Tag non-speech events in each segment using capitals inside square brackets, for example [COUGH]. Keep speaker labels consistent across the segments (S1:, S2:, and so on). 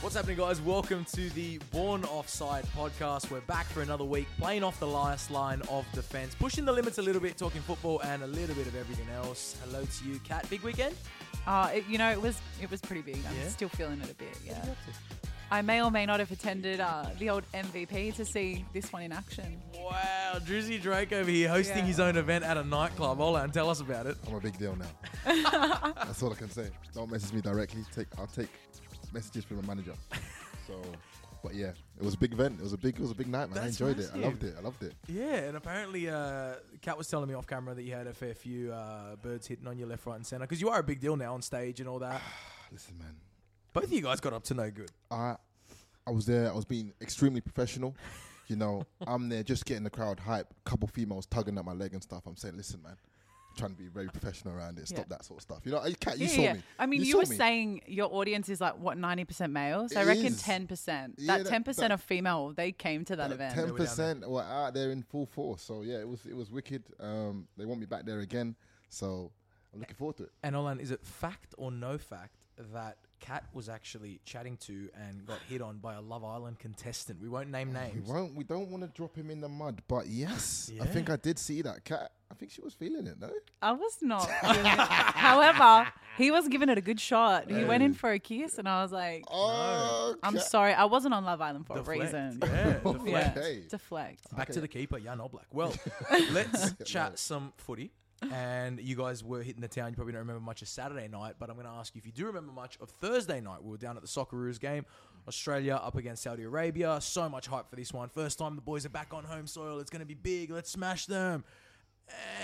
S1: What's happening, guys? Welcome to the Born Offside podcast. We're back for another week, playing off the last line of defence, pushing the limits a little bit, talking football and a little bit of everything else. Hello to you, Cat. Big weekend.
S2: Uh, it, you know, it was it was pretty big. I'm
S1: Yeah?
S2: still feeling it a bit. Yeah. I may or may not have attended uh, the old MVP to see this one in action.
S1: Wow, Drizzy Drake over here hosting
S2: Yeah.
S1: his own event at a nightclub. Hold on, tell us about it.
S3: I'm a big deal
S2: [LAUGHS]
S3: now. That's all I can say. Don't message me directly. Take I'll take messages from the manager. So, but yeah, it was a big event. It was a big it was a big night, man. I
S1: That's
S3: enjoyed it.
S1: massive.
S3: I loved it. I loved it.
S1: Yeah, and apparently, uh, Kat was telling me off camera that you had a fair few uh, birds hitting on your left, right, and centre because you are a big deal now on stage and all that.
S3: Listen, man.
S1: [SIGHS] Both of you guys got up to no good.
S3: I I was there. I was being extremely professional.
S2: [LAUGHS]
S3: You know, I'm there just getting the crowd hype. Couple females tugging at my leg and stuff. I'm saying, listen, man. Trying to be very professional around it. Stop
S2: Yeah.
S3: that sort of stuff. You know, you, can't, you
S2: yeah,
S3: saw
S2: yeah.
S3: me.
S2: I mean, you,
S3: saw
S2: were
S3: me.
S2: saying your audience is like what 90% male, so I
S3: It
S2: reckon
S3: is.
S2: 10%.
S3: Yeah,
S2: that
S3: that-
S2: 10%
S3: that-
S2: of female, they came to that event.
S3: Ten
S1: were down there.
S3: percent were out there in full force. So yeah, it was it was wicked. Um, they want me back there again. So I'm looking forward to it.
S1: And Olan, is it fact or no fact that Kat was actually chatting to and got hit on by a Love Island contestant? We won't name
S3: We
S1: names.
S3: won't. We don't want to drop him in the mud. But yes, I think
S1: Yeah.
S3: I did see that cat. I think she was feeling it. No,
S2: I was
S3: [LAUGHS]
S2: not. [LAUGHS] feeling it. However, he was giving it a good shot. He went in for a kiss, and I was like,
S3: oh,
S2: I'm
S3: cat.
S2: sorry. I wasn't on Love Island for a
S1: Deflect.
S2: reason.
S1: Yeah, deflect.
S2: [LAUGHS] Yeah.
S3: Okay.
S2: Deflect.
S1: Back to the keeper, Jan Oblak. Well, let's chat some footy. And you guys were hitting the town. You probably don't remember much of Saturday night, but I'm going to ask you if you do remember much of Thursday night. We were down at the Socceroos game, Australia up against Saudi Arabia. So much hype for this one. First time the boys are back on home soil. It's going to be big. Let's smash them.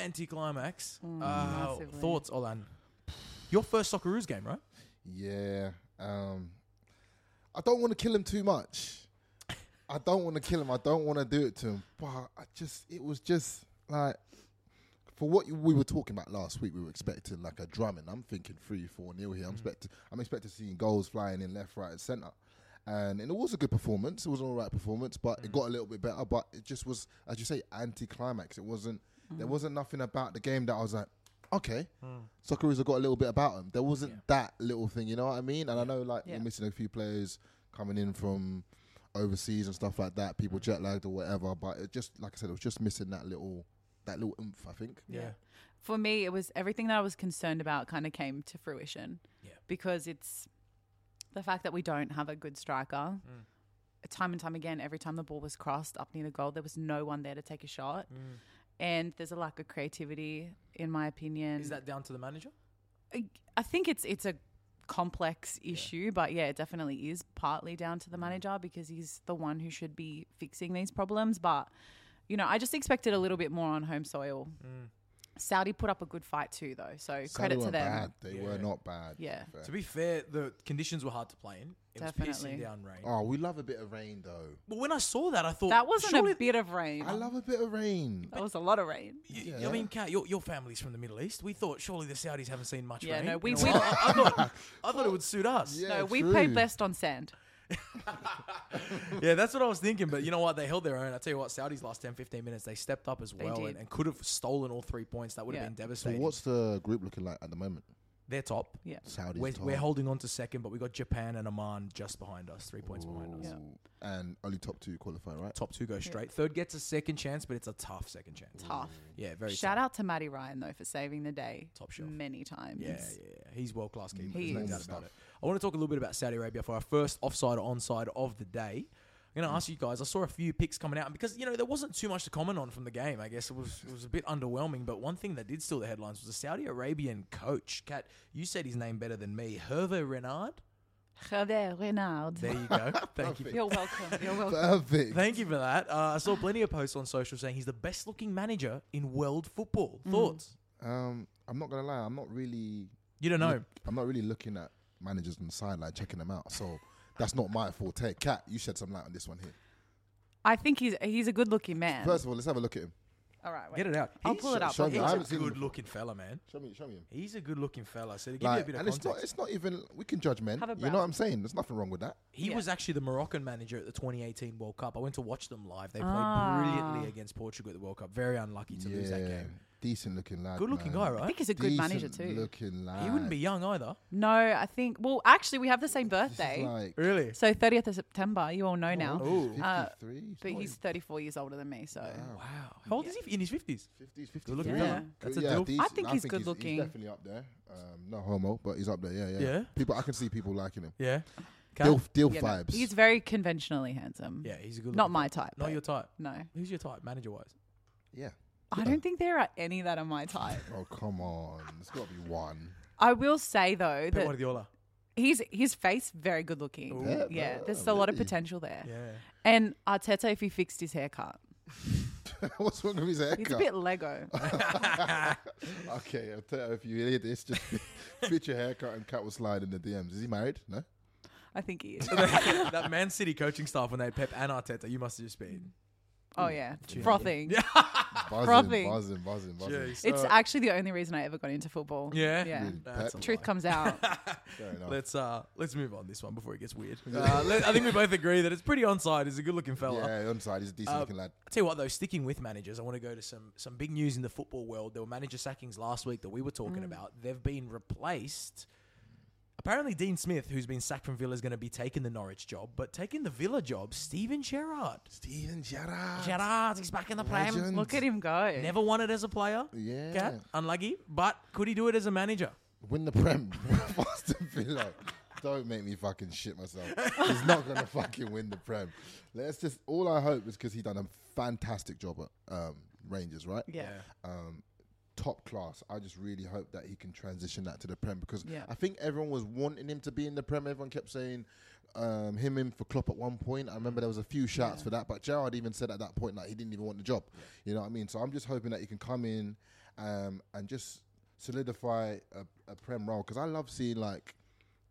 S1: Anticlimax. uh,
S2: massively.
S1: thoughts, Olan? Your first Socceroos game, right?
S3: Yeah. Um, I don't want to kill him too much. I don't want to kill him. I don't want to do it to him. But I just, it was just like, for what we were talking about last week, we were expecting like a drumming. I'm thinking three, four nil here. I'm expecting, I'm expecting seeing goals flying in left, right, and centre. And, and it was a good performance. It was an all right performance, but it got a little bit better. But it just was, as you say, anticlimax. It wasn't. There wasn't nothing about the game that I was like, okay, Socceroos have got a little bit about them. There wasn't that little thing, you know what I mean? And I know like
S2: Yeah.
S3: we're missing a few players coming in from overseas and stuff like that. People jet lagged or whatever, but it just like I said, it was just missing that little that little oomph. I think.
S1: Yeah.
S2: for me, it was everything that I was concerned about kind of came to fruition.
S1: Yeah.
S2: Because it's the fact that we don't have a good striker.
S1: Mm.
S2: Time and time again, every time the ball was crossed up near the goal, there was no one there to take a shot. And there's a lack of creativity, in my opinion.
S1: Is that down to the manager?
S2: I- I think it's it's a complex issue, but yeah, it definitely is partly down to the manager because he's the one who should be fixing these problems. But you know, I just expected a little bit more on home soil. Saudi put up a good fight too, though, so
S3: Saudi
S2: credit to
S3: weren't
S2: them.
S3: Bad. They were not bad.
S2: Yeah.
S3: fair.
S1: To be fair, the conditions were hard to play in. It was pissing
S2: Definitely.
S1: down rain.
S3: Oh, we love a bit of rain though.
S1: But when I saw that, I thought
S2: That wasn't
S1: surely-
S2: a bit of rain.
S3: I love a bit of rain.
S2: that was a lot of rain.
S1: Y-
S3: Yeah.
S1: I mean, Kat, your, your family's from the Middle East. We thought surely the Saudis haven't seen much
S2: Yeah,
S1: rain.
S2: no,
S1: in
S2: we-
S1: a
S2: we- oh,
S1: while. I, thought, I thought it would suit us. [LAUGHS] Yeah.
S3: Yeah,
S2: no, we
S3: true.
S2: played best on sand.
S1: that's what I was thinking. But you know what? They held their own. I tell you what, Saudis last 10, 15 minutes, they stepped up as well and,
S2: did.
S1: and could have stolen all three points. That would
S2: Yeah.
S1: have been
S3: So
S1: devastating.
S3: what's the group looking like at the moment?
S1: They're top.
S2: Yeah.
S3: Saudi.
S1: We're, we're holding on to second, but we got Japan and Oman just behind us, three points behind us.
S3: and only top two qualify,
S2: [LAUGHS]
S3: right?
S1: Top two go straight. Third gets a second chance, but it's a tough second chance.
S2: Tough.
S1: Yeah, very
S2: Shout
S1: tough.
S2: out to Matty Ryan though for saving the day
S1: Top shelf.
S2: many times.
S1: Yeah, yeah, yeah. he's world class keeper.
S2: He
S1: There's no
S2: is.
S1: doubt about it. I want to talk a little bit about Saudi Arabia for our first offside or onside of the day. I'm going to ask you guys. I saw a few picks coming out and because you know there wasn't too much to comment on from the game. I guess it was it was a bit underwhelming. But one thing that did steal the headlines was a Saudi Arabian coach. Kat, you said his name better than me. Hervé Renard.
S2: Javier Renard.
S1: There you go. Thank you.
S2: You're welcome.
S1: [LAUGHS]
S2: You're welcome.
S3: Perfect.
S1: Thank you for that. Uh, I saw plenty of posts on social saying he's the best looking manager in world football. Thoughts?
S3: Um, I'm not gonna lie. I'm not really.
S1: You don't know.
S3: look- I'm not really looking at managers on the sideline checking them out. So that's not my forte. Cat, you shed some light on this one here.
S2: I think he's he's a good looking man.
S3: First of all, let's have a look at him.
S2: All right, wait.
S1: Get it out.
S2: I'll
S1: He's
S2: pull it
S1: a-
S2: up.
S3: Show
S2: I'll
S3: me.
S2: pull
S3: I
S2: it
S3: haven't
S2: up.
S1: He's a
S3: seen him
S1: good
S3: before.
S1: looking fella, man.
S3: Show me, show me him.
S1: He's a good looking fella. So to give you a
S3: Like,
S1: bit of
S3: and it's not,
S1: context,
S3: it's not even. We can judge men.
S2: Have a
S3: You know
S2: browse.
S3: what I'm saying? There's nothing wrong with that.
S1: he
S2: Yeah.
S1: was actually the Moroccan manager at the 2018 World Cup. I went to watch them live. They played
S2: Ah.
S1: brilliantly against Portugal at the World Cup. Very unlucky to lose that game.
S3: decent looking lad.
S1: Good looking
S3: man.
S1: guy,
S2: I
S1: right?
S2: think he's a good manager
S3: Decent
S2: too.
S3: Looking lad.
S1: He wouldn't be young either.
S2: No, I think. Well, actually, we have the same
S3: This is
S2: birthday.
S3: like
S1: Really?
S2: So 30th of September. You all know now.
S1: Oh.
S2: Uh,
S3: 53.
S2: But he's 34 years older than me, so
S1: Wow. How old is he? In his 50s.
S3: 50s, 50s.
S1: Good looking
S2: Yeah. fella.
S1: That's a
S3: yeah,
S1: dope. I
S3: decent.
S2: think he's good looking.
S3: He's definitely up there. Um, no homo, but he's up there. Yeah, yeah.
S1: Yeah?
S3: People, I can see people liking him.
S1: Yeah. Cal?
S3: Dilf, dilf
S2: yeah, no.
S3: vibes.
S2: He's very conventionally handsome.
S1: Yeah, he's a good
S2: Not
S1: looking
S2: my
S1: fella.
S2: type.
S1: Not
S2: but-
S1: your type.
S2: No.
S1: Who's your type, manager wise?
S3: yeah.
S2: I don't think there are any that are my type.
S3: Oh come on, there's got to be one. [LAUGHS]
S2: I will say though
S1: Pep
S2: that
S1: Guardiola.
S2: he's his face very good looking.
S3: Yeah,
S2: Yeah,
S3: but-
S2: there's a lot of
S3: really?
S2: potential there.
S1: Yeah.
S2: [LAUGHS]
S1: [LAUGHS]
S2: And Arteta, if he fixed his haircut,
S3: What's wrong with his haircut?
S2: he's a bit Lego.
S3: okay, I'll tell you, if you hear this, just [LAUGHS] fit your haircut and cat will slide in the DMs. Is he married? No.
S2: I think he
S1: [LAUGHS]
S2: is.
S1: that Man City coaching staff when they had Pep and Arteta, you must have just been.
S2: Oh yeah, frothing. Ah,
S3: Buzzing,
S2: Frothing.
S3: buzzing, buzzing, buzzing.
S1: Jeez.
S2: It's
S1: Uh,
S2: actually the only reason I ever got into football.
S1: yeah.
S2: Yeah.
S3: Really,
S1: That's
S3: Pep?
S1: a
S2: Truth
S1: lie. [LAUGHS]
S2: comes out.
S3: Fair enough.
S1: Let's uh let's move on this one before it gets
S3: [LAUGHS]
S1: weird. Uh, let, I think we both agree that it's pretty onside. He's a good looking fella. Uh,
S3: yeah, on side, he's a decent looking lad.
S1: I tell you what though, sticking with managers, I want to go to some some big news in the football world. There were manager sackings last week that we were talking about. They've been replaced. Apparently, Dean Smith, who's been sacked from Villa, is going to be taking the Norwich job, but taking the Villa job, Steven Gerrard.
S3: Steven Gerrard.
S1: Gerrard, he's back in the prem.
S3: Legend.
S2: Look at him go.
S1: Never won it as a player.
S3: Yeah.
S1: Cat, unlucky. But could he do it as a manager?
S3: Win the Prem. [LAUGHS] Aston Villa. Don't make me fucking shit myself. He's not gonna fucking win the Prem. Let's just. All I hope is because he done a fantastic job at um, Rangers, right?
S2: Yeah.
S3: Um, top class. I just really hope that he can transition that to the Prem because
S2: Yeah.
S3: I think everyone was wanting him to be in the Prem. Everyone kept saying um, him in for Klopp at one point. I remember there was a few shouts for that, but Gerard even said at that point that he didn't even want the job. You know what I mean? So I'm just hoping that he can come in um, and just solidify a, a Prem role because I love seeing like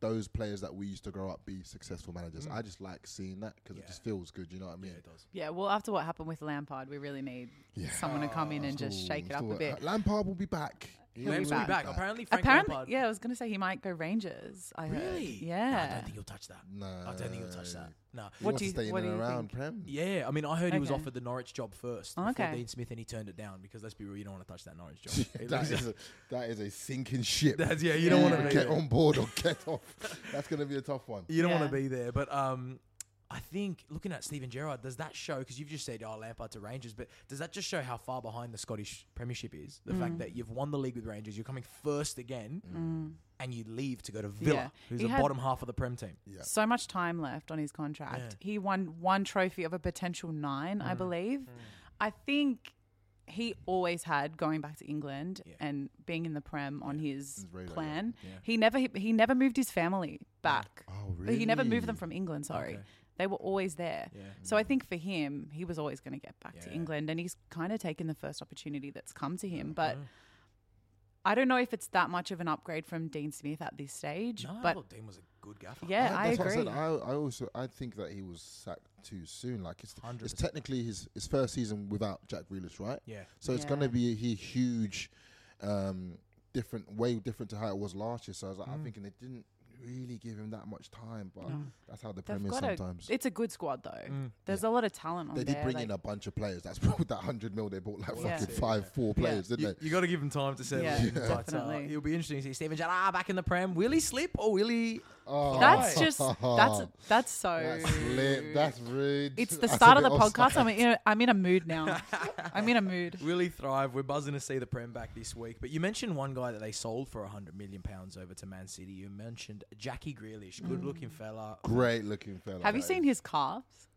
S3: those players that we used to grow up be successful managers.
S1: Mm.
S3: I just like seeing that because it just feels good. You know what I mean?
S1: does.
S2: Yeah, well, after what happened with Lampard, we really need
S3: Yeah.
S2: someone to come in and just
S3: Still-
S2: shake it up
S3: still-
S2: a bit.
S3: Lampard will be back. He
S2: He'll
S1: Lamps will be
S2: back.
S1: back. Apparently, Frank
S2: Apparently,
S1: Lampard.
S2: yeah, I was going to say he might go Rangers. I heard.
S1: Really? No, I
S2: Yeah.
S1: don't think he'll touch that.
S3: No.
S1: I don't think he'll touch Oh,
S3: Uh,
S1: that. No.
S3: He
S2: What do
S3: wants to
S2: you-
S3: stay in
S2: what
S3: and
S2: do you
S3: around
S2: think?
S3: Prem?
S1: Yeah, I mean, I heard he was
S2: Okay.
S1: offered the Norwich job first
S2: Oh,
S1: before
S2: okay.
S1: Dean Smith, and he turned it down because let's be real, you don't want to touch that Norwich
S3: [LAUGHS]
S1: job. It
S3: [LAUGHS] that,
S1: looks-
S3: is a, that is a sinking
S1: [LAUGHS]
S3: ship.
S1: That's- yeah, you don't
S2: Yeah.
S1: want to be
S3: get
S1: there.
S3: on board or get [LAUGHS] off. That's going to be a tough one.
S1: You don't
S2: Yeah.
S1: want to be there, but um. I think looking at Steven Gerrard, does that show? Because you've just said, "Oh, Lampard to Rangers," but does that just show how far behind the Scottish Premiership is? The
S2: Mm.
S1: fact that you've won the league with Rangers, you're coming first again,
S3: Mm.
S1: and you leave to go to Villa,
S2: Yeah.
S1: who's
S2: He
S1: the
S2: had-
S1: bottom half of the Prem team.
S2: So much time left on his contract. He won one trophy of a potential nine,
S3: Mm.
S2: I believe. I think he always had going back to England and being in the Prem on his
S3: radar, yeah.
S2: plan. He never he, he never moved his family back.
S3: Oh,
S2: He never moved them
S3: really?
S2: from England, sorry. They were always there. So I think for him, he was always going to get back to
S1: Yeah.
S2: England and he's kind of taken the first opportunity that's come to him, but
S3: Uh-huh.
S2: I don't know if it's that much of an upgrade from Dean Smith at this stage,
S1: No,
S2: but
S1: well, Dean was a good gaffer.
S2: yeah, I,
S3: that's
S2: agree.
S3: What I, said. I, I also I think that he was sacked too soon. Like it's, it's
S1: 100%.
S3: technically his, his first season without Jack Grealish, right?
S1: Yeah.
S3: So it's going to be a hu- huge, um, different way different to how it was last year. So I was like,
S2: Mm.
S3: I'm thinking they didn't really give him that much time, but that's how the Premier sometimes.
S2: A, it's a good squad though.
S1: Mm.
S2: There's a lot of talent on
S3: they
S2: there.
S3: did bring
S2: like-
S3: in a bunch of players. That's [LAUGHS] probably that hundred mil they bought like
S2: Yeah.
S3: fucking five, four players,
S1: You,
S3: didn't they?
S1: got to give him time to settle.
S2: Yeah,
S1: in, but, uh,
S2: definitely.
S1: it'll be interesting to see Steven Gerrard ah, back in the prem. Will he slip or will he?
S3: Oh, [LAUGHS]
S2: that's just that's that's so.
S3: that's lit. That's rude. [LAUGHS]
S2: it's the
S3: That's a
S2: start of
S3: bit
S2: the podcast. I'm
S3: offside.
S2: in a, I'm in a mood
S1: [LAUGHS]
S2: now. I'm in a mood.
S1: Will he thrive? We're buzzing to see the prem back this week. But you mentioned one guy that they sold for hundred million pounds over to Man City. You mentioned Jackie Grealish, good-looking fella.
S3: Great looking fella.
S2: Have you
S3: that
S2: seen
S3: is.
S2: his calves?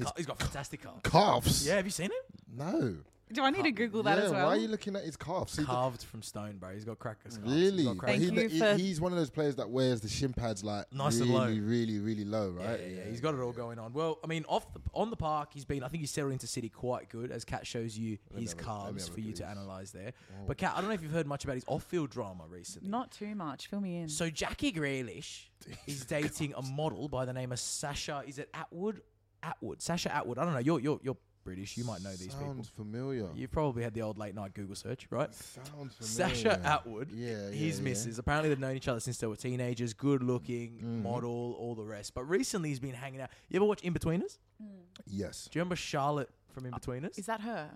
S1: Car- He's got fantastic car.
S3: calves?
S1: Yeah, have you seen him?
S3: No.
S2: Do I need to Google that
S3: yeah,
S2: as well?
S3: Why are you looking at his calf? See, the-
S1: Carved from stone, bro. He's got crackers.
S3: Really?
S1: He's got
S3: But
S1: crack-
S2: Thank
S3: he-
S2: you
S3: he-
S2: for-
S3: he's one of those players that wears the shin pads like
S1: Nice
S3: really,
S1: and low.
S3: really, really low, right?
S1: Yeah, yeah, he's got it all going on. Well, I mean, off the, on the park, he's been. I think he's settled into City quite good, as Cat shows you his
S3: have a- let me
S1: calves
S3: have a
S1: for you
S3: look
S1: to
S3: at his-
S1: analyze there. But Cat, I don't know if you've heard much about his off-field drama recently.
S2: Not too much. Fill me in.
S1: So Jackie
S3: [LAUGHS]
S1: Grealish is dating a model by the name of Sasha. Is it Atwood? Atwood. Sasha Atwood. I don't know. You're you're you're British. You might know these people.
S3: Sounds familiar.
S1: You've probably had the old late night Google search, right?
S3: Sounds familiar.
S1: Sasha Atwood,
S3: Yeah, yeah,
S1: his
S3: yeah.
S1: missus. Apparently, they've known each other since they were teenagers. Good looking,
S3: Mm-hmm.
S1: model, all the rest. But recently, he's been hanging out. You ever watch In Between Us?
S3: Yes.
S1: Do you remember Charlotte from
S3: Uh,
S1: In Between Us?
S2: Is that her?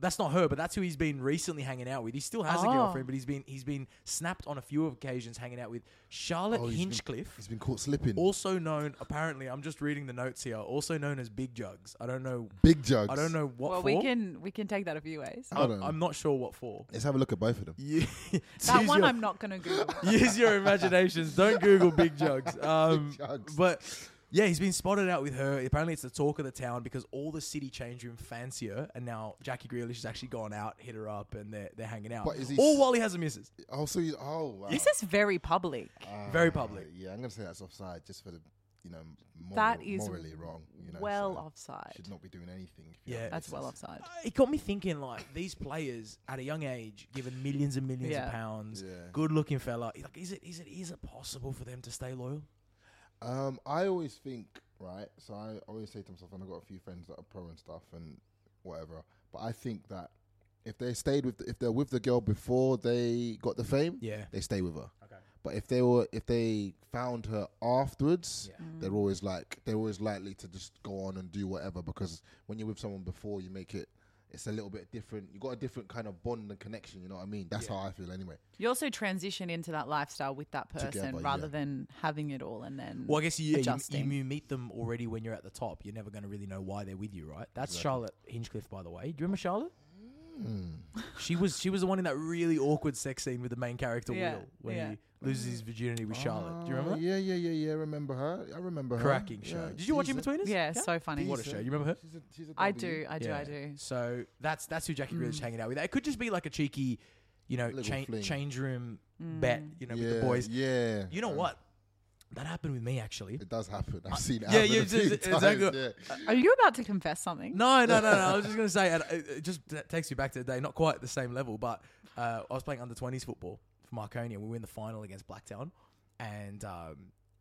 S1: that's not her, but that's who he's been recently hanging out with. He still has
S3: Ah.
S1: a
S2: Oh.
S1: girlfriend, but he's been he's been snapped on a few occasions hanging out with Charlotte
S3: Oh, he's been-
S1: Hinchcliffe,
S3: He's been caught slipping.
S1: also known apparently. I'm just reading the notes here. Also known as Big Jugs. I don't know.
S3: Big jugs.
S1: I don't know what
S2: well,
S1: for.
S2: we can we can take that a few
S3: [LAUGHS]
S2: ways.
S3: Hold
S1: I'm,
S3: on.
S1: I'm not sure what for.
S3: Let's have a look at both of them.
S1: [LAUGHS]
S3: [LAUGHS]
S1: Yeah.
S2: That
S1: Use
S2: one
S1: your-
S2: I'm not gonna Google.
S1: [LAUGHS] Use your imaginations. Don't Google big
S3: [LAUGHS]
S1: jugs. Um,
S3: jugs.
S1: But yeah, he's been spotted out with her. Apparently, it's the talk of the town because all the city change room fancy her, and now Jackie Grealish has actually gone out, hit her up, and they're they're hanging out.
S3: But is he
S1: all
S3: s-
S1: while he has a missus.
S3: Oh, so you, oh wow.
S2: This is very public.
S1: Very
S3: Ah,
S1: public.
S3: Yeah, I'm gonna say that's offside just for the you know moral,
S2: That is
S3: morally wrong. You know,
S2: well
S3: so
S2: offside.
S3: Should not be doing anything. If
S1: Yeah.
S3: you have
S2: That's well
S3: missus.
S2: offside.
S1: It got me thinking. Like these players at a young age, given millions and millions
S2: Yeah.
S1: of pounds,
S3: Yeah.
S1: good-looking fella. Like, is it is it is it possible for them to stay loyal?
S3: Um, I always think right. So I always say to myself, and I've got a few friends that are pro and stuff and whatever. But I think that if they stayed with, if they're with the girl before they got the fame,
S1: Yeah.
S3: they stay with her.
S1: Okay.
S3: But if they were, if they found her afterwards,
S1: Yeah.
S3: they're always like they're always likely to just go on and do whatever because when you're with someone before, you make it. It's a little bit different. You got a different kind of bond and connection. You know what I mean? That's how I feel anyway.
S2: You also transition into that lifestyle with that person
S3: Together,
S2: rather
S3: yeah.
S2: than having it all and then
S1: Well, I guess you, yeah, you,
S2: adjusting.
S1: you meet them already when you're at the top. You're never going to really know why they're with you, right? That's Charlotte Hinchcliffe, by the way. Do you remember Charlotte? she was she was the one in that really awkward sex scene with the main character
S2: Yeah,
S1: Will when
S2: yeah.
S1: he loses his virginity with Charlotte. Do you
S3: Oh,
S1: remember? that?
S3: Yeah, yeah, yeah, yeah. I remember her. I remember her.
S1: Cracking
S3: Oh, Yeah,
S1: show. Did you watch In
S3: decent.
S1: Between Us?
S2: yeah, so funny.
S1: What a show. You remember her?
S3: She's a, she's a
S2: I
S3: W.
S2: do, I do, I do. Mm.
S1: So that's that's who Jackie Grealish is hanging out with. It could just be like a cheeky, you know,
S3: Little
S1: cha-
S3: fling.
S1: change room
S2: Mm.
S1: bet, you know,
S3: yeah,
S1: with the boys.
S3: Yeah.
S1: You know
S3: Um,
S1: what? That happened with me actually.
S3: It does happen. I've seen it.
S1: yeah,
S3: happen
S1: yeah,
S3: a few
S1: just-
S3: times,
S1: exactly.
S3: yeah.
S2: Are you about to confess something?
S1: [LAUGHS] No, no, no, no. I was just going to say, and it it just t- takes me back to the day, not quite at the same level, but uh, I was playing under 20s football for Marconi and we were in the final against Blacktown. And, um,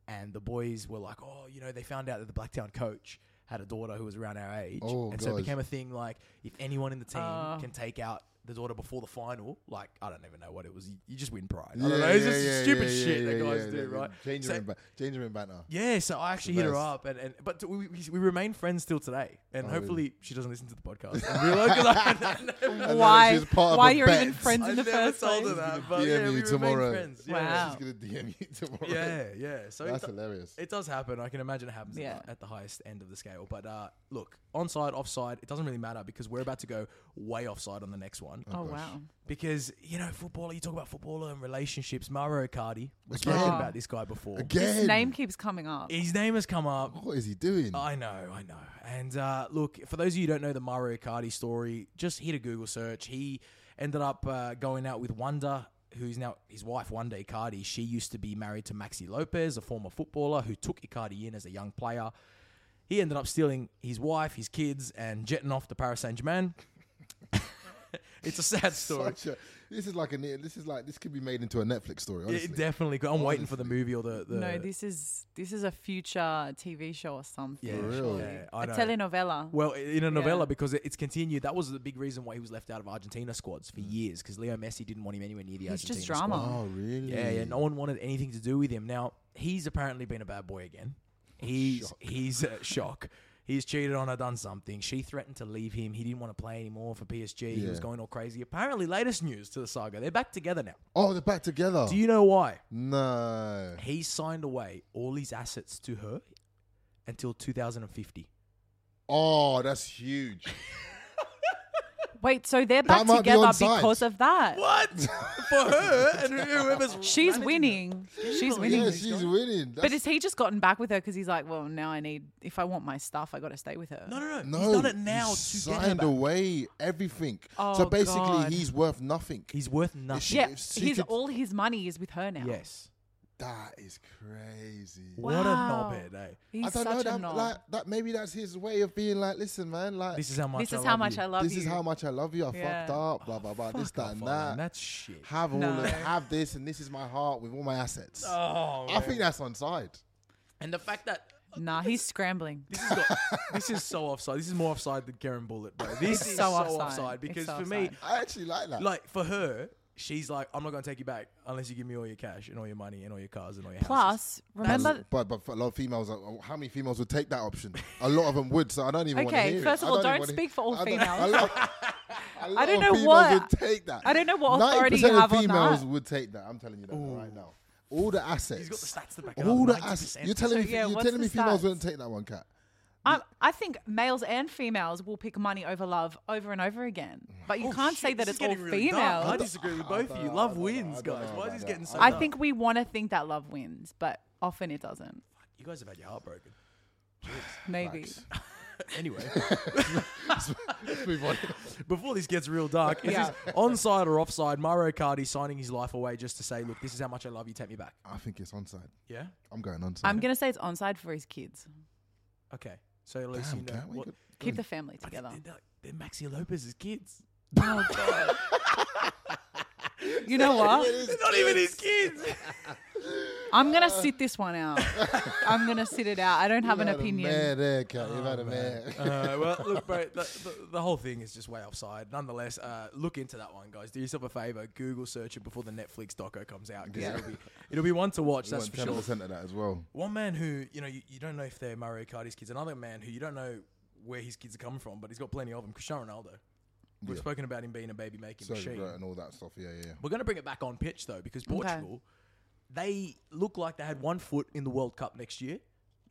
S1: and the boys were like, oh, you know, they found out that the Blacktown coach had a daughter who was around our age.
S3: Oh,
S1: and so it
S3: God.
S1: became a thing like, if anyone in the team
S2: Oh.
S1: can take out the daughter before the final, like, I don't even know what it was. You, you just win pride. I
S3: Yeah,
S1: don't know. It's
S3: yeah,
S1: just
S3: yeah,
S1: stupid
S3: yeah,
S1: shit
S3: yeah,
S1: that guys
S3: yeah,
S1: do,
S3: yeah.
S1: right?
S3: Change
S1: So-
S3: room, ba- change room banner.
S1: yeah, so I actually hit her
S3: best.
S1: up, and, and but we, we, we remain friends still today, and
S3: Oh,
S1: hopefully she doesn't listen to the podcast. And realize, 'cause [LAUGHS]
S3: [LAUGHS]
S1: I,
S3: then
S2: Why?
S3: she's part of
S2: Why
S3: a
S2: you're even
S3: bet.
S2: friends
S1: I
S2: in the
S1: never
S2: first
S1: told her
S2: place?
S1: that, but
S3: DM
S1: yeah,
S3: you
S1: we
S3: tomorrow.
S1: remain friends. Yeah.
S2: Wow.
S3: She's gonna DM you [LAUGHS]
S2: [LAUGHS]
S3: tomorrow.
S1: Yeah, yeah. So it,
S3: That's
S1: do-
S3: hilarious.
S1: it does happen. I can imagine it happens
S2: Yeah.
S1: at, the, at the highest end of the scale. But uh, look, onside, offside, it doesn't really matter because we're about to go way offside on the next one.
S2: Oh, wow.
S1: Because you know, footballer, you talk about footballer and relationships. Mauro Icardi, we've
S3: Again.
S1: spoken about this guy before.
S3: Again.
S2: His name keeps coming up.
S1: His name has come up.
S3: What is he doing?
S1: I know, I know. And uh, look, for those of you who don't know the Mario Icardi story, just hit a Google search. He ended up uh, going out with Wanda, who's now his wife, Wanda Icardi. She used to be married to Maxi Lopez, a former footballer who took Icardi in as a young player. He ended up stealing his wife, his kids, and jetting off to Paris Saint Germain. [LAUGHS] it's a sad story.
S3: Such a, this is like a. This is like this could be made into a Netflix story. Honestly.
S1: It definitely. I'm waiting for the movie or the. the
S2: no, this is this is a future TV show or something.
S1: yeah,
S3: For real.
S2: surely.
S1: yeah, I
S2: A
S1: know.
S2: telenovela.
S1: Well, i- in a novella
S2: Yeah.
S1: because it- it's continued. That was the big reason why he was left out of Argentina squads for years because Leo Messi didn't want him anywhere near the
S2: Mm. He's
S1: Argentina
S2: just
S1: squad.
S2: drama.
S3: oh really?
S1: Yeah, yeah. No one wanted anything to do with him. Now he's apparently been a bad boy again. He's he's
S2: [LAUGHS]
S1: a shock. He's cheated on her, done something. She threatened to leave him. He didn't want to play anymore for PSG. He was
S3: Yeah.
S1: going all crazy. Apparently, latest news to the saga, they're back together now.
S3: Oh, they're back together.
S1: Do you know why?
S3: no.
S1: He signed away all his assets to her until 2050.
S3: Oh, that's huge.
S2: Wait, so they're back
S3: might be
S2: together
S3: onside.
S2: because of that.
S1: What [LAUGHS] for her and whoever's
S2: She's
S1: managing-
S2: winning. She's winning.
S3: Yeah, she's winning.
S2: But
S3: That's,
S2: has he just gotten back with her because he's like, well, now I need, if I want my stuff, I got to stay with her?
S1: No, no, no.
S3: no,
S1: He's done it now
S3: he
S1: to get her
S3: signed
S1: back.
S3: away everything. so
S2: Oh,
S3: basically,
S2: God.
S3: he's worth nothing.
S1: He's worth
S3: she-
S1: nothing.
S2: Yeah,
S3: if she
S2: his,
S3: could-
S2: all his money is with her now.
S1: Yes.
S3: That is crazy.
S1: What a
S2: Wow.
S1: knobhead, eh?
S2: He's
S3: I don't
S2: such
S3: know.
S2: a
S3: That,
S2: knob.
S3: like that, maybe that's his way of being like, listen, man, like
S1: This is how much.
S2: this is
S1: I
S2: how
S1: love
S2: much
S1: you. Oh,
S2: I love
S3: this
S2: you.
S3: is how much I love you. I
S2: Yeah.
S3: fucked up, blah blah blah. this,
S1: Fuck
S3: that,
S1: off,
S3: and
S1: Ireland.
S3: that.
S1: That's shit.
S3: Have all,
S2: No.
S3: of, have this, and this is my heart with all my assets.
S1: Oh,
S3: I think that's on side.
S1: and the fact that
S3: [LAUGHS]
S2: Nah, he's scrambling.
S1: this is, got, this is so offside. This is more offside than Karen Bullet, bro. This
S2: It's
S1: is so
S2: so
S1: offside,
S2: offside. It's
S1: because
S2: so
S1: for me,
S2: offside.
S3: I actually like that.
S1: like for her, she's like, I'm not gonna take you back unless you give me all your cash and all your money and all your cars and all your houses.
S2: Plus, remember,
S3: but but for a lot of females, uh, how many females would take that option? A lot of them would. So I don't even want to
S2: Okay,
S3: hear it.
S2: first of
S3: I
S2: all,
S3: even
S2: don't
S3: wanna-
S2: speak for all
S3: I don't-
S2: females.
S3: [LAUGHS]
S2: [LAUGHS]
S3: A lot, a lot
S2: don't
S3: of
S2: know
S3: females
S2: what-
S3: would take that.
S2: I don't know what authority you
S3: 90% of
S2: have on
S3: females
S2: that.
S3: would take that. I'm telling you that right now. All the assets.
S1: He's got the stats to back it
S3: all
S1: up,
S3: the
S1: 90%.
S3: assets. You're telling
S2: So,
S3: me.
S2: yeah,
S3: you're
S2: what's
S3: telling
S2: the
S3: me females
S2: stats?
S3: wouldn't take that
S1: [LAUGHS]
S3: one, cat.
S2: I, I think males and females will pick money over love over and over again. But you can't say
S1: Oh, Shit,
S2: that
S1: this is
S2: it's all
S1: getting really dark. I
S2: females.
S1: disagree with both of you. Love wins, guys. Why is this getting so?
S2: I
S1: dark?
S2: think we want to think that love wins, but often it doesn't.
S1: you guys have had your heart broken.
S2: Maybe.
S3: [LAUGHS]
S1: Anyway,
S3: Let's move on.
S1: before this gets real dark, is
S2: Yeah.
S1: this onside or offside? Mario Cardi signing his life away just to say, look, this is how much I love you. Take me back.
S3: I think it's onside.
S1: Yeah.
S3: I'm going onside.
S2: I'm going to say it's onside for his kids.
S1: Okay. So at least
S3: Damn,
S1: you know
S3: cat, we
S1: what.
S3: could-
S2: Keep the family
S1: I think
S2: together.
S1: They're, like- they're Maxi Lopez's kids.
S2: Oh, God. you know
S3: [LAUGHS]
S2: what?
S1: They're not even his kids.
S2: I'm going to sit this one out. I'm going to sit it out. I don't have an
S3: You've had a mare
S2: opinion.
S3: there, cat. You've had a mare. [LAUGHS]
S1: uh, well, look, bro, the, the, the whole thing is just way offside. Nonetheless, uh, look into that one, guys. Do yourself a favor. Google search it before the Netflix doco comes out. 'cause it'll, be, it'll be one to watch, that's for
S3: Ten
S1: sure.
S3: percent of that as well.
S1: One man who, you know, you, you don't know if they're Mario Cardi's kids. Another man who you don't know where his kids are coming from, but he's got plenty of them. Cristiano Ronaldo. We've spoken about him being a baby making
S3: So
S1: machine.
S3: and all that stuff. Yeah, yeah. yeah.
S1: We're going to bring it back on pitch though, because Portugal, they look like they had one foot in the World Cup next year,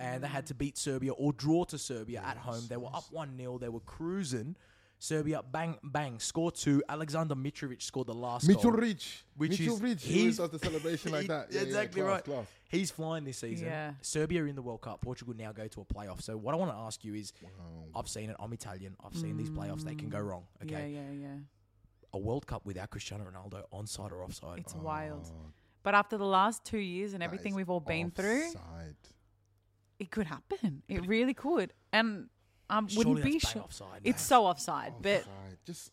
S1: and they had to beat Serbia or draw to Serbia at home. They were up one 0 They were cruising. Serbia, bang bang, score two. Alexander Mitrovic scored the last. goal,
S3: Mitrovic,
S1: which is
S3: Mitrovic, who
S1: he's-
S3: does the celebration like
S1: he-
S3: that? Yeah, yeah,
S1: exactly
S3: class,
S1: right.
S3: class.
S1: He's flying this season.
S2: Yeah.
S1: Serbia in the World Cup. Portugal now go to a playoff. So what I want to ask you is, I've seen it. I'm Italian. I've seen these playoffs. They can go wrong. Okay,
S2: Mm. Yeah, yeah, yeah.
S1: a World Cup without Cristiano Ronaldo, onside or offside.
S2: It's wild. But after the last two years and everything
S3: Oh. is
S2: we've all been through,
S3: Offside.
S2: it could happen. It really could. And I um,
S1: Surely
S2: wouldn't be
S1: that's bang
S2: sure.
S1: offside,
S2: It's
S1: no?
S2: so offside,
S1: Oh,
S2: but
S3: Offside. Just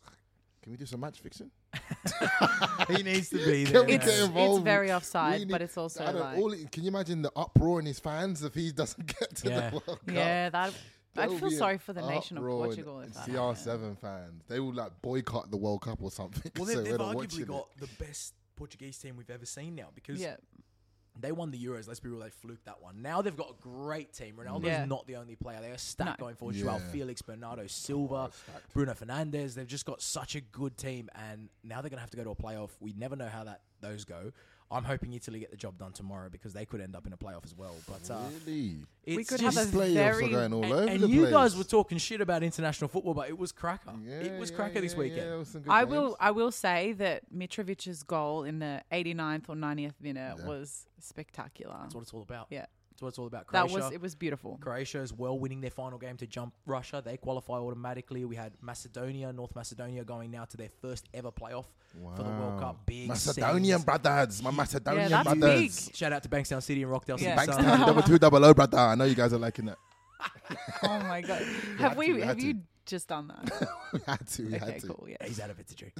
S3: can we do some match fixing?
S1: [LAUGHS] he needs to be
S3: Can
S1: there.
S3: we
S2: It's-
S3: get
S2: it's
S3: involved?
S2: very
S3: We
S2: offside,
S3: need-
S2: but it's also
S3: I don't-
S2: like-
S3: all it- can you imagine the uproar in his fans if he doesn't [LAUGHS] get to
S1: Yeah.
S3: the World Cup?
S2: yeah, that
S3: There
S2: I'd
S3: will
S2: feel
S3: be an
S2: sorry for the nation of
S3: uproar in-
S2: Portugal
S3: in
S2: if that happened.
S3: CR7 fans, they will like boycott the World Cup or something. [LAUGHS]
S1: Well,
S3: so
S1: they've,
S3: we're
S1: they've
S3: not
S1: arguably
S3: watching
S1: got the best Portuguese team we've ever seen now because
S2: Yeah,
S1: they won the Euros. Let's be real, they fluked that one. Now they've got a great team. Ronaldo's
S2: Yeah.
S1: not the only player. They are stacked
S2: No.
S1: going forward. Joao
S3: Yeah. Oh,
S1: Felix, Bernardo Silva, Bruno Fernandes. They've just got such a good team, and now they're going to have to go to a playoff. We never know how that those go. I'm hoping Italy get the job done tomorrow because they could end up in a playoff as well. But uh,
S3: it. Really?
S1: it's
S2: we could
S1: just
S2: have a
S3: These playoffs
S2: very
S3: are going all
S2: and-
S3: over the
S1: and
S3: place.
S1: you guys were talking shit about international football, but it was cracker. it was cracker this weekend.
S2: I will. I will say that Mitrovic's goal in the 89th or 90th minute was spectacular.
S1: That's what it's all about.
S2: Yeah,
S1: That's what it's all about.
S2: that
S1: Croatia,
S2: was. It was beautiful.
S1: Croatia as well winning their final game to jump Russia. They qualify automatically. We had Macedonia, North Macedonia going now to their first ever playoff for the World Cup. Big
S3: Ah. Macedonian
S1: scenes.
S3: brothers, my Macedonian
S2: that's big.
S3: brothers.
S1: Shout out to Bankstown City and Rockdale City.
S2: Yeah.
S1: Suns.
S3: Bankstown double two double O brother. I know you guys are liking that.
S2: Oh my
S3: [LAUGHS]
S2: god, have we?
S3: we had
S2: have
S3: to.
S2: you just done
S3: [LAUGHS]
S2: that?
S3: [LAUGHS] we had to, we
S2: okay,
S3: had to.
S2: cool. Yeah.
S1: [LAUGHS] He's out of it to drink.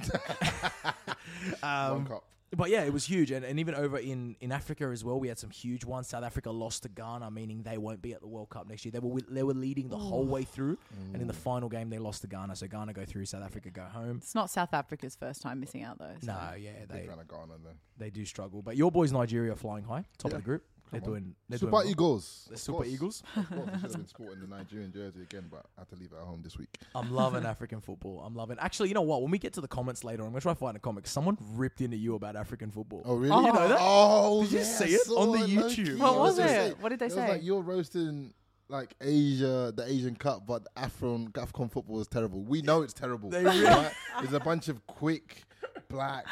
S2: Um,
S3: One cup.
S1: [LAUGHS] But yeah, it was huge, and, and even over in, in Africa as well, we had some huge ones. South Africa lost to Ghana, meaning they won't be at the World Cup next year. They were wi- they were leading the whole way through, and in the final game they lost to Ghana. So Ghana go through, South Africa go home.
S2: It's not South Africa's first time missing out though. so-
S1: No, yeah, they
S3: Kind of gone on there.
S1: they do struggle. But your boys Nigeria are flying high, top of the group. They're doing they're
S3: Super
S1: doing well.
S3: Eagles.
S1: The
S3: of
S1: Super
S3: course. [LAUGHS]
S1: Eagles.
S3: Of course, I should
S2: [LAUGHS]
S3: have been sporting the Nigerian jersey again, but I had to leave it at home this week.
S1: I'm loving African football. I'm loving. Actually, you know what? When we get to the comments later, I'm gonna try to find a comic. Someone ripped into you about African football.
S3: Oh really?
S1: You know that?
S3: Oh,
S1: Did you
S3: yeah, I
S1: see it
S3: saw
S1: on the
S3: low-key.
S1: YouTube?
S2: What
S3: I
S2: was
S3: gonna
S2: it?
S3: say,
S2: What did they
S3: was
S2: say?
S3: like you're roasting like Asia, the Asian Cup, but the Afron Afcon football is terrible. We know it's terrible.
S1: They really-
S3: right? There's a bunch of quick black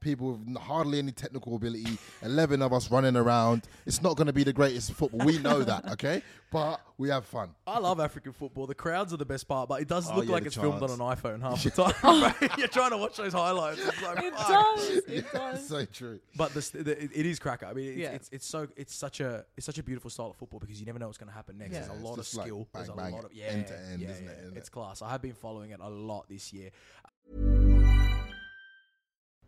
S3: people with n- hardly any technical ability. Eleven of us running around. It's not going to be the greatest football. We
S1: [LAUGHS]
S3: know that, okay? But we have fun.
S1: I love African football. The crowds are the best part, but it does
S3: Oh,
S1: look
S3: yeah,
S1: like
S3: the
S1: it's filmed on an iPhone
S3: [LAUGHS]
S1: half the time. mate. [LAUGHS] You're trying to watch those highlights. It's like,
S2: It
S1: fuck.
S2: does.
S3: [LAUGHS]
S2: It does.
S3: so true.
S1: But the, st- the, it- it is cracker. I mean, it's,
S2: Yeah.
S1: it's, it's so it's such a it's such a beautiful style of football because you never know what's going to happen next.
S2: Yeah.
S1: There's a
S3: It's
S1: lot of
S3: just like
S1: skill. There's a
S3: bang, bang,
S1: lot of yeah,
S3: end to end,
S1: yeah,
S3: isn't it?
S1: yeah.
S3: Isn't
S1: It's
S3: it?
S1: class. I have been following it a lot this year.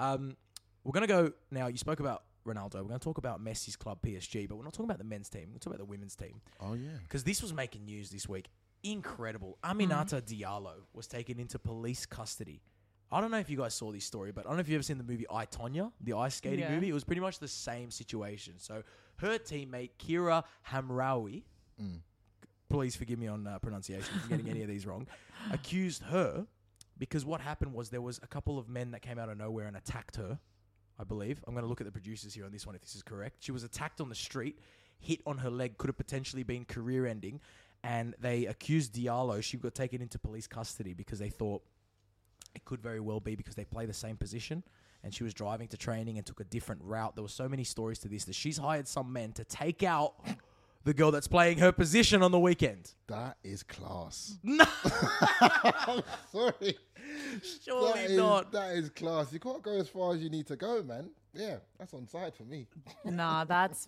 S1: Um, we're going to go now. You spoke about Ronaldo. We're going to talk about Messi's club PSG, but we're not talking about the men's team. We're talking about the women's team
S3: Oh yeah.
S1: because this was making news this week. Incredible. Aminata Diallo was taken into police custody. I don't know if you guys saw this story, but I don't know if you've ever seen the movie I Tonya, the ice skating
S2: Yeah.
S1: movie. It was pretty much the same situation. So her teammate Kira Hamraoui,
S3: Mm.
S1: please forgive me on uh, pronunciation if I'm getting any of these wrong, accused her because what happened was there was a couple of men that came out of nowhere and attacked her. I believe I'm going to look at the producers here on this one if this is correct. She was attacked on the street, hit on her leg, could have potentially been career ending, and they accused Diallo. She got taken into police custody because they thought it could very well be because they play the same position and she was driving to training and took a different route. There were so many stories to this that she's hired some men to take out the girl that's playing her position on the weekend.
S3: That is class. No. [LAUGHS] I'm sorry.
S1: Surely
S3: That is-
S1: not.
S3: That is class. You can't go as far as you need to go, man. Yeah, that's on side for me.
S2: Nah, that's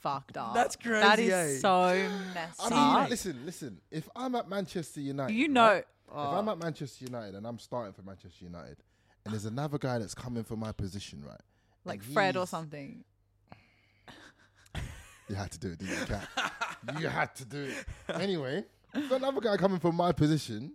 S2: fucked up.
S1: That's
S2: That
S1: crazy,
S2: is
S1: eh?
S2: so messed
S3: I
S2: up.
S3: mean, listen, listen. If I'm at Manchester United,
S2: You
S3: right?
S2: know-
S3: if I'm at Manchester United and I'm starting for Manchester United, and there's another guy that's coming for my position, right?
S2: like
S3: and
S2: Fred or
S3: he's-
S2: something.
S3: You had to do it, didn't you, Kat? you had to do it. Anyway, if there's another guy coming from my position,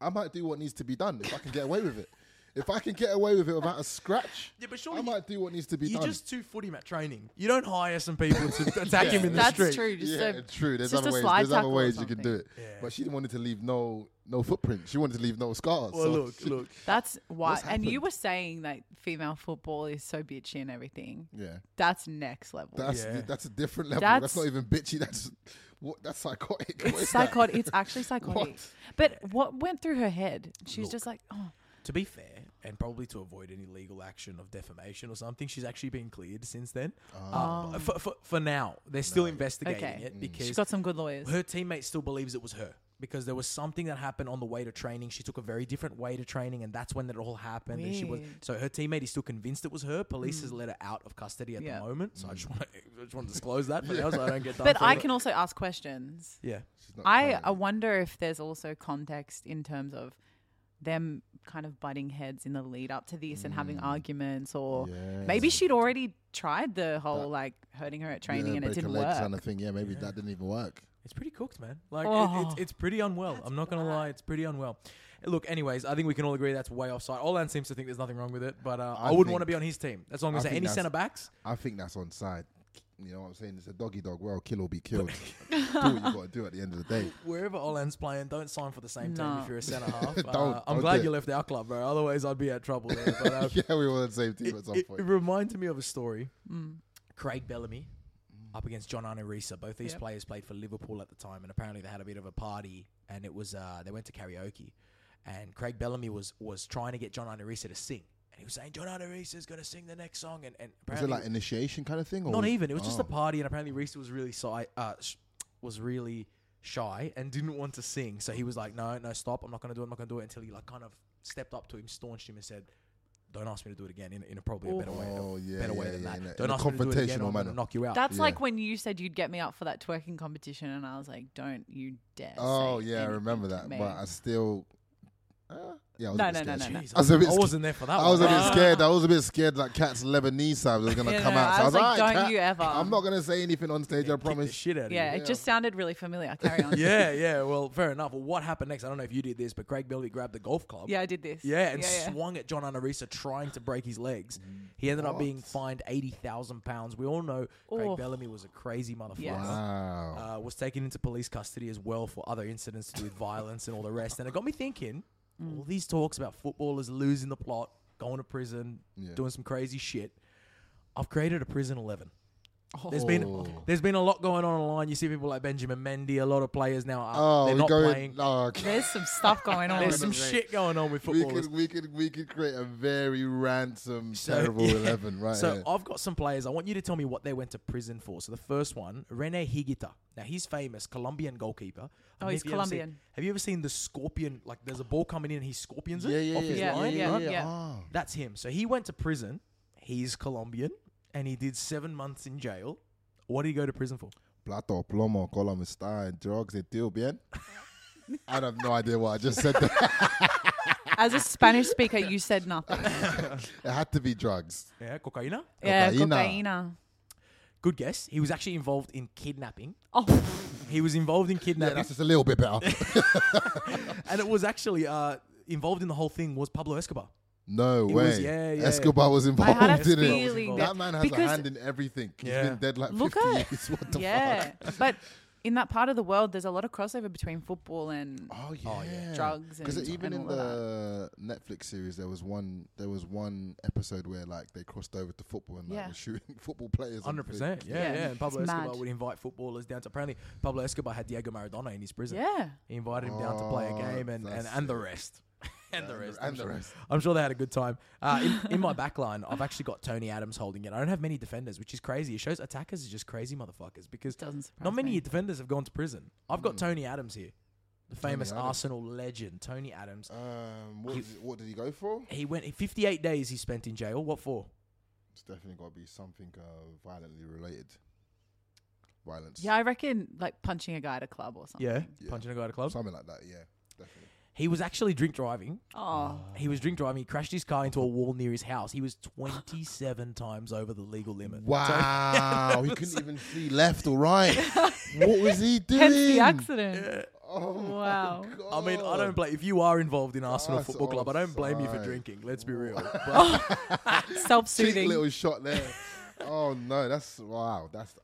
S3: I might do what needs to be done if I can get away with it. If I can get away with it without a scratch,
S1: Yeah, but surely
S3: I might do what needs to be
S1: You
S3: done.
S1: just two footy mat training. You don't hire some people [LAUGHS] to attack him in the
S2: That's
S1: street.
S2: true. Just
S3: yeah,
S2: a,
S3: true. There's
S2: just
S3: other
S2: a
S3: ways.
S2: slide
S3: There's other
S2: tackle or
S3: ways you can do
S2: something.
S3: it. But she wanted to leave no no footprint. She wanted to leave no scars.
S1: Well,
S3: so
S1: look,
S3: she-
S1: look.
S2: That's why.
S3: What's
S2: And you
S3: happened?
S2: were saying that female football is so bitchy and everything.
S3: Yeah,
S2: That's next level. [LAUGHS]
S3: that's
S1: Yeah.
S3: that's a different level. That's,
S2: That's-
S3: not even bitchy. That's what. That's psychotic. [LAUGHS] What
S2: it's
S3: is that?
S2: psychotic. It's actually
S3: [LAUGHS]
S2: psychotic.
S3: What?
S2: But what went through her head? She was just like, oh,
S1: To be fair, and probably to avoid any legal action of defamation or something, she's actually been cleared since then. Uh, but for, for, for now, they're still investigating
S2: Oh. Okay.
S1: it because
S2: she got some good lawyers.
S1: her teammate still believes it was her because there was something that happened on the way to training. She took a very different way to training, and that's when it all happened. And she was
S2: Weird. Mm.
S1: so her teammate is still convinced it was her. Police has let her out of custody at
S2: Yeah.
S1: the moment. So I just want to [LAUGHS] I just want to disclose that, but else I don't
S2: [LAUGHS]
S1: get done.
S2: But
S1: for
S2: I
S1: it.
S2: can also ask questions.
S1: yeah.
S3: She's not
S2: I,
S3: crying.
S2: I wonder if there's also context in terms of them kind of butting heads in the lead up to this and having
S3: Mm.
S2: arguments, or maybe she'd already tried the whole like hurting her at training and
S3: yeah,
S2: it
S3: break her
S2: didn't
S3: leg
S2: work.
S3: Kind of thing. Yeah, maybe that didn't even work.
S1: It's pretty cooked, man. Like it,
S2: Oh.
S1: it's, it's pretty unwell. I'm not gonna lie, it's pretty unwell. Look, anyways, I think we can all agree that's way offside. Oland seems to think there's nothing wrong with it, but uh, I,
S3: I
S1: wouldn't want to
S3: think-
S1: be on his team. That's all I'm
S3: I
S1: gonna say.
S3: think
S1: Any
S3: that's-
S1: centre backs,
S3: I think that's on side. You know what I'm saying? It's a doggy dog world. Kill or be killed. [LAUGHS] do what you got to do at the end of the
S1: [LAUGHS]
S3: day.
S1: wherever Oland's playing, don't sign for the same team
S2: No.
S3: [LAUGHS]
S1: if you're a centre half.
S3: Don't-
S1: Uh, I'm
S3: don't
S1: glad
S3: do
S1: you
S3: it.
S1: left our club, bro. Otherwise, I'd be at trouble. There. But, um,
S3: [LAUGHS] yeah, we were on the same team at
S1: it,
S3: some
S1: it-
S3: point.
S1: it reminded me of a story. Craig Bellamy up against John Arisa. Both these
S2: Yep.
S1: players played for Liverpool at the time, and apparently they had a bit of a party, and it was uh, they went to karaoke, and Craig Bellamy was was trying to get John Arisa to sing, and he was saying John Arisa is going to sing the next song, and and
S3: Was it
S1: apparently
S3: like initiation kind of thing? Or
S1: not even. It was just a
S3: Oh.
S1: party, and apparently Reese was really shy, uh, sh- was really shy and didn't want to sing. So he was like, "No, no, stop! I'm not gonna do it. I'm not gonna do it." Until he like kind of stepped up to him, staunched him, and said, "Don't ask me to do it again." In, in a probably a better way,
S3: Oh, yeah,
S1: better way
S3: yeah,
S1: than
S3: yeah,
S1: that.
S3: in a-
S1: Don't
S3: in a
S1: ask me to do it again. Or
S3: confrontational
S1: I'm
S3: manner.
S1: gonna knock you out.
S2: That's
S3: Yeah.
S2: like when you said you'd get me out for that twerking competition, and I was like, "Don't you dare!"
S3: Oh
S2: say
S3: yeah, I
S2: anything
S3: remember
S2: to
S3: that.
S2: me."
S3: But I still, uh, Yeah, I was
S2: No,
S3: a bit
S2: no, no,
S3: scared.
S2: no, no.
S1: Jeez,
S3: I was a bit
S1: I
S3: scared.
S1: wasn't there for that.
S3: I was a
S1: one.
S3: bit scared. I was a bit scared like Cat's Lebanese side was going to
S2: Yeah,
S3: come
S2: no,
S3: out. So
S2: I was like,
S3: "Alright,
S2: don't
S3: Kat,
S2: you ever."
S3: I'm not going to say anything on stage,
S1: Kicked
S3: I
S1: the
S3: promise.
S1: shit out of you.
S2: Yeah,
S3: [LAUGHS]
S2: it just sounded really familiar. Carry on.
S1: yeah, yeah. Well, fair enough. Well, what happened next? I don't know if you did this, but Craig Bellamy grabbed the golf club.
S2: [LAUGHS] Yeah, I did this.
S1: Yeah, and
S2: yeah.
S1: swung at John Anarisa trying to break his legs. He ended up being fined eighty thousand pounds. We all know Craig
S2: Oh.
S1: Bellamy was a crazy motherfucker.
S2: Yes.
S3: Wow.
S1: Uh, was taken into police custody as well for other incidents to do with violence and all the rest. And it got me thinking:
S2: Mm.
S1: all these talks about footballers losing the plot, going to prison, doing some crazy shit. I've created a prison eleven. There's
S3: Oh.
S1: been there's been a lot going on online. You see people like Benjamin Mendy. A lot of players now are
S3: oh,
S1: they're
S3: we
S1: not
S3: go.
S1: playing.
S3: Oh, okay.
S2: There's some stuff
S3: [LAUGHS]
S2: going on.
S1: There's some shit going on with
S3: we
S1: footballers.
S3: could we could we could create a very ransom
S1: So,
S3: terrible
S1: [LAUGHS] yeah.
S3: eleven right
S1: So
S3: here.
S1: I've got some players. I want you to tell me what they went to prison for. So the first one, Rene Higuita. Now he's famous Colombian goalkeeper. I
S2: Oh,
S1: mean,
S2: he's
S1: if you ever seen-
S2: Colombian.
S1: have you ever seen the scorpion? Like there's a ball coming in and he scorpions it
S3: yeah, yeah,
S1: off his
S3: yeah,
S1: line.
S3: yeah, yeah,
S1: right?
S3: yeah,
S2: yeah.
S3: Ah.
S1: That's him. So he went to prison. He's Colombian and he did seven months in jail. What did he go to prison for?
S3: Plato, plomo, column, star, drugs, it
S2: [LAUGHS]
S3: deal bien. I have no idea what I just said. There. [LAUGHS]
S2: As a Spanish speaker, you said nothing.
S3: It had to be drugs.
S1: Yeah, cocaina.
S2: Yeah,
S3: Cocaína. [LAUGHS]
S2: cocaina.
S1: Good guess. He was actually involved in kidnapping.
S2: Oh,
S1: He was involved in
S3: [LAUGHS] Yeah,
S1: kidnapping,
S3: that's just a little bit better.
S1: and it was actually uh, involved in the whole thing was Pablo Escobar.
S3: No
S1: He
S3: way.
S1: was- yeah, yeah.
S3: Escobar was
S2: I
S3: involved
S2: had a
S3: in it.
S2: feeling
S3: That
S2: that,
S3: man has a
S2: because
S3: hand in everything. He's
S1: Yeah.
S3: been dead like
S2: Look
S3: 50
S2: at-
S3: years. [LAUGHS] What the
S2: yeah,
S3: fuck?
S2: but in that part of the world, there's a lot of crossover between football and
S3: Oh yeah.
S2: drugs and-
S3: Because
S2: and
S3: even in
S2: all of
S3: the Netflix series, there was one. There was one episode where like they crossed over to football and like
S2: Yeah.
S3: were shooting [LAUGHS] football players. and
S1: Hundred
S3: things.
S1: percent, yeah, yeah.
S2: Yeah.
S1: And Pablo
S2: It's
S1: Escobar
S2: mad.
S1: would invite footballers down to. Apparently, Pablo Escobar had Diego Maradona in his prison.
S2: yeah.
S1: he invited him down to play a
S3: Oh,
S1: game and and,
S3: that's
S1: and the
S3: it.
S1: rest, [LAUGHS] and the
S3: And the-
S1: rest,
S3: and
S1: I'm
S3: the
S1: sure.
S3: rest.
S1: I'm sure they had a good time. Uh, in,
S2: [LAUGHS]
S1: in my back line, I've actually got Tony Adams holding it. I don't have many defenders, which is crazy. It shows attackers are just crazy motherfuckers because
S2: Doesn't surprise
S1: not many
S2: me.
S1: defenders have gone to prison. I've got Tony Adams here, the famous
S3: Hmm. Adams.
S1: Arsenal legend, Tony Adams.
S3: Um, what,
S1: He-
S3: is it- what did he go for?
S1: He went 58 days he spent in jail. What for?
S3: It's definitely got to be something uh, violently related. Violence.
S2: Yeah, I reckon like punching a guy at a club or something.
S1: Yeah,
S3: Yeah.
S1: punching a guy at a club.
S3: Something like that. Yeah. Definitely.
S1: He was actually drink driving.
S2: Oh,
S1: He was drink driving. He crashed his car into a wall near his house. He was 27
S3: [LAUGHS]
S1: times over the legal [LAUGHS] limit.
S3: Wow,
S1: [LAUGHS]
S3: he couldn't even see left or right. what was he doing?
S2: hence the accident.
S3: Oh my
S2: Wow.
S1: I mean, I
S3: God.
S1: don't blame. If you are involved in Arsenal
S3: That's
S1: Football Club, I don't blame you for
S3: offside.
S1: drinking. Let's be
S3: [LAUGHS]
S1: real. But
S3: Cheap
S2: Self-soothing.
S3: little shot there.
S1: [LAUGHS]
S3: oh no, that's wow. That's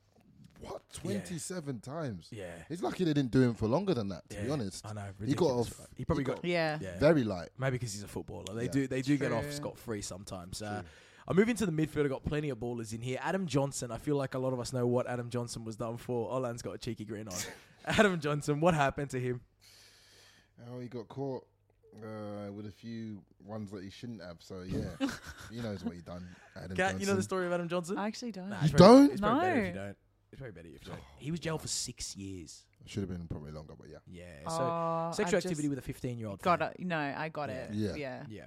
S3: what twenty-seven times.
S1: Yeah.
S3: he's lucky they didn't do him for longer than that. To be
S1: Yeah,
S3: honest,
S1: I know.
S3: he got
S1: ridiculous,
S3: off.
S1: right? He probably got.
S2: Yeah.
S1: [LAUGHS] Yeah.
S3: very light.
S1: Maybe because he's a footballer. They do they do get off
S2: True.
S1: scot free sometimes. Uh, I move into the midfield. I've got plenty of ballers in here. Adam Johnson. I feel like a lot of us know what Adam Johnson was done for. Olan's got a cheeky grin
S3: [LAUGHS]
S1: on. Adam Johnson. What happened to him?
S3: Oh, he got caught uh, with a few ones that he shouldn't have. So
S1: [LAUGHS]
S3: yeah, he knows what he done. Adam
S1: Cat, you know the
S3: Johnson.
S1: story of Adam Johnson?
S2: I actually don't.
S1: Nah,
S3: You
S1: it's probably-
S3: don't?
S1: It's probably better if you
S2: No.
S1: don't. It's probably better if you don't. He was jailed for six years.
S3: Should have been probably longer, but yeah.
S1: Yeah. So
S2: Oh,
S1: sexual
S2: I
S1: activity
S2: just
S1: with a 15 year old.
S2: Got it. No, I got it.
S3: Yeah.
S2: Yeah.
S1: Yeah.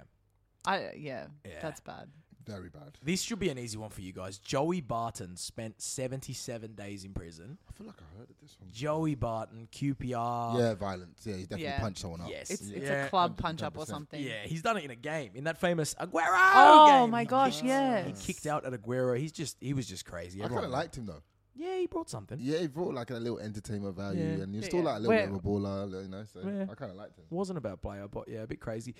S2: I yeah,
S1: Yeah.
S2: That's bad.
S3: Very bad.
S1: This should be an easy one for you guys. Joey Barton spent 77 days in prison.
S3: I feel like I heard of this one.
S1: Joey Barton, QPR.
S3: Yeah, violence. Yeah, he definitely
S2: Yeah.
S3: punched someone up.
S1: Yes.
S2: It's it's
S1: Yeah.
S2: a club punch up or
S3: 100%.
S2: something.
S1: Yeah, he's done it in a game in that famous Aguero.
S2: Oh
S1: game.
S2: my
S1: He
S2: gosh,
S1: kicked-
S2: yes.
S1: He kicked out at Aguero. He's just he was just crazy.
S3: I kind of
S1: Everyone-
S3: liked him though.
S1: Yeah, he brought something.
S3: Yeah, he brought like a little entertainment value,
S1: Yeah.
S3: and he was
S2: Yeah,
S3: still
S2: yeah.
S3: like a little bit of
S2: Well-
S3: a baller, you know. So
S1: Yeah.
S3: I kind of liked him.
S1: Wasn't a bad player, but yeah, a bit crazy.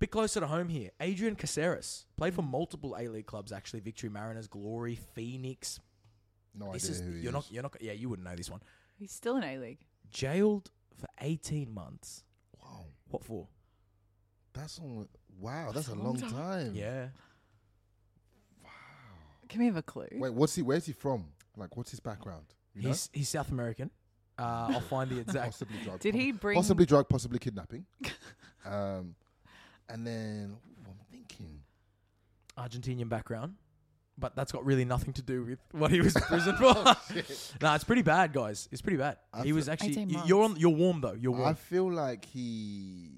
S1: Bit closer to home here. Adrian Caceres played for multiple A League clubs actually: Victory Mariners, Glory, Phoenix.
S3: No
S1: This
S3: idea
S1: is
S3: Oh, who he
S1: you're
S3: is.
S1: not you're not yeah you wouldn't know this one.
S2: He's still in A League.
S1: Jailed for 18 months.
S3: wow,
S1: What for?
S3: that's on. Wow, that's, a long time.
S1: Yeah.
S2: Can we have a clue?
S3: Wait, what's he? Where's he from? Like, what's his background? You know?
S1: He's he's South American. Uh, I'll find the
S3: [LAUGHS]
S1: exact.
S3: possibly drug.
S2: Did he bring-
S3: possibly drug? Possibly kidnapping. um, and then ooh, I'm thinking. Oh.
S1: Argentinian background, but that's got really nothing to do with what he was in
S3: [LAUGHS]
S1: prison for.
S3: Oh,
S1: nah, it's pretty bad, guys. It's pretty bad.
S3: I
S1: he was
S3: feel-
S1: actually.
S2: 18
S1: you- You're on.
S2: months.
S1: You're warm though. You're
S3: I
S1: warm.
S3: feel like he,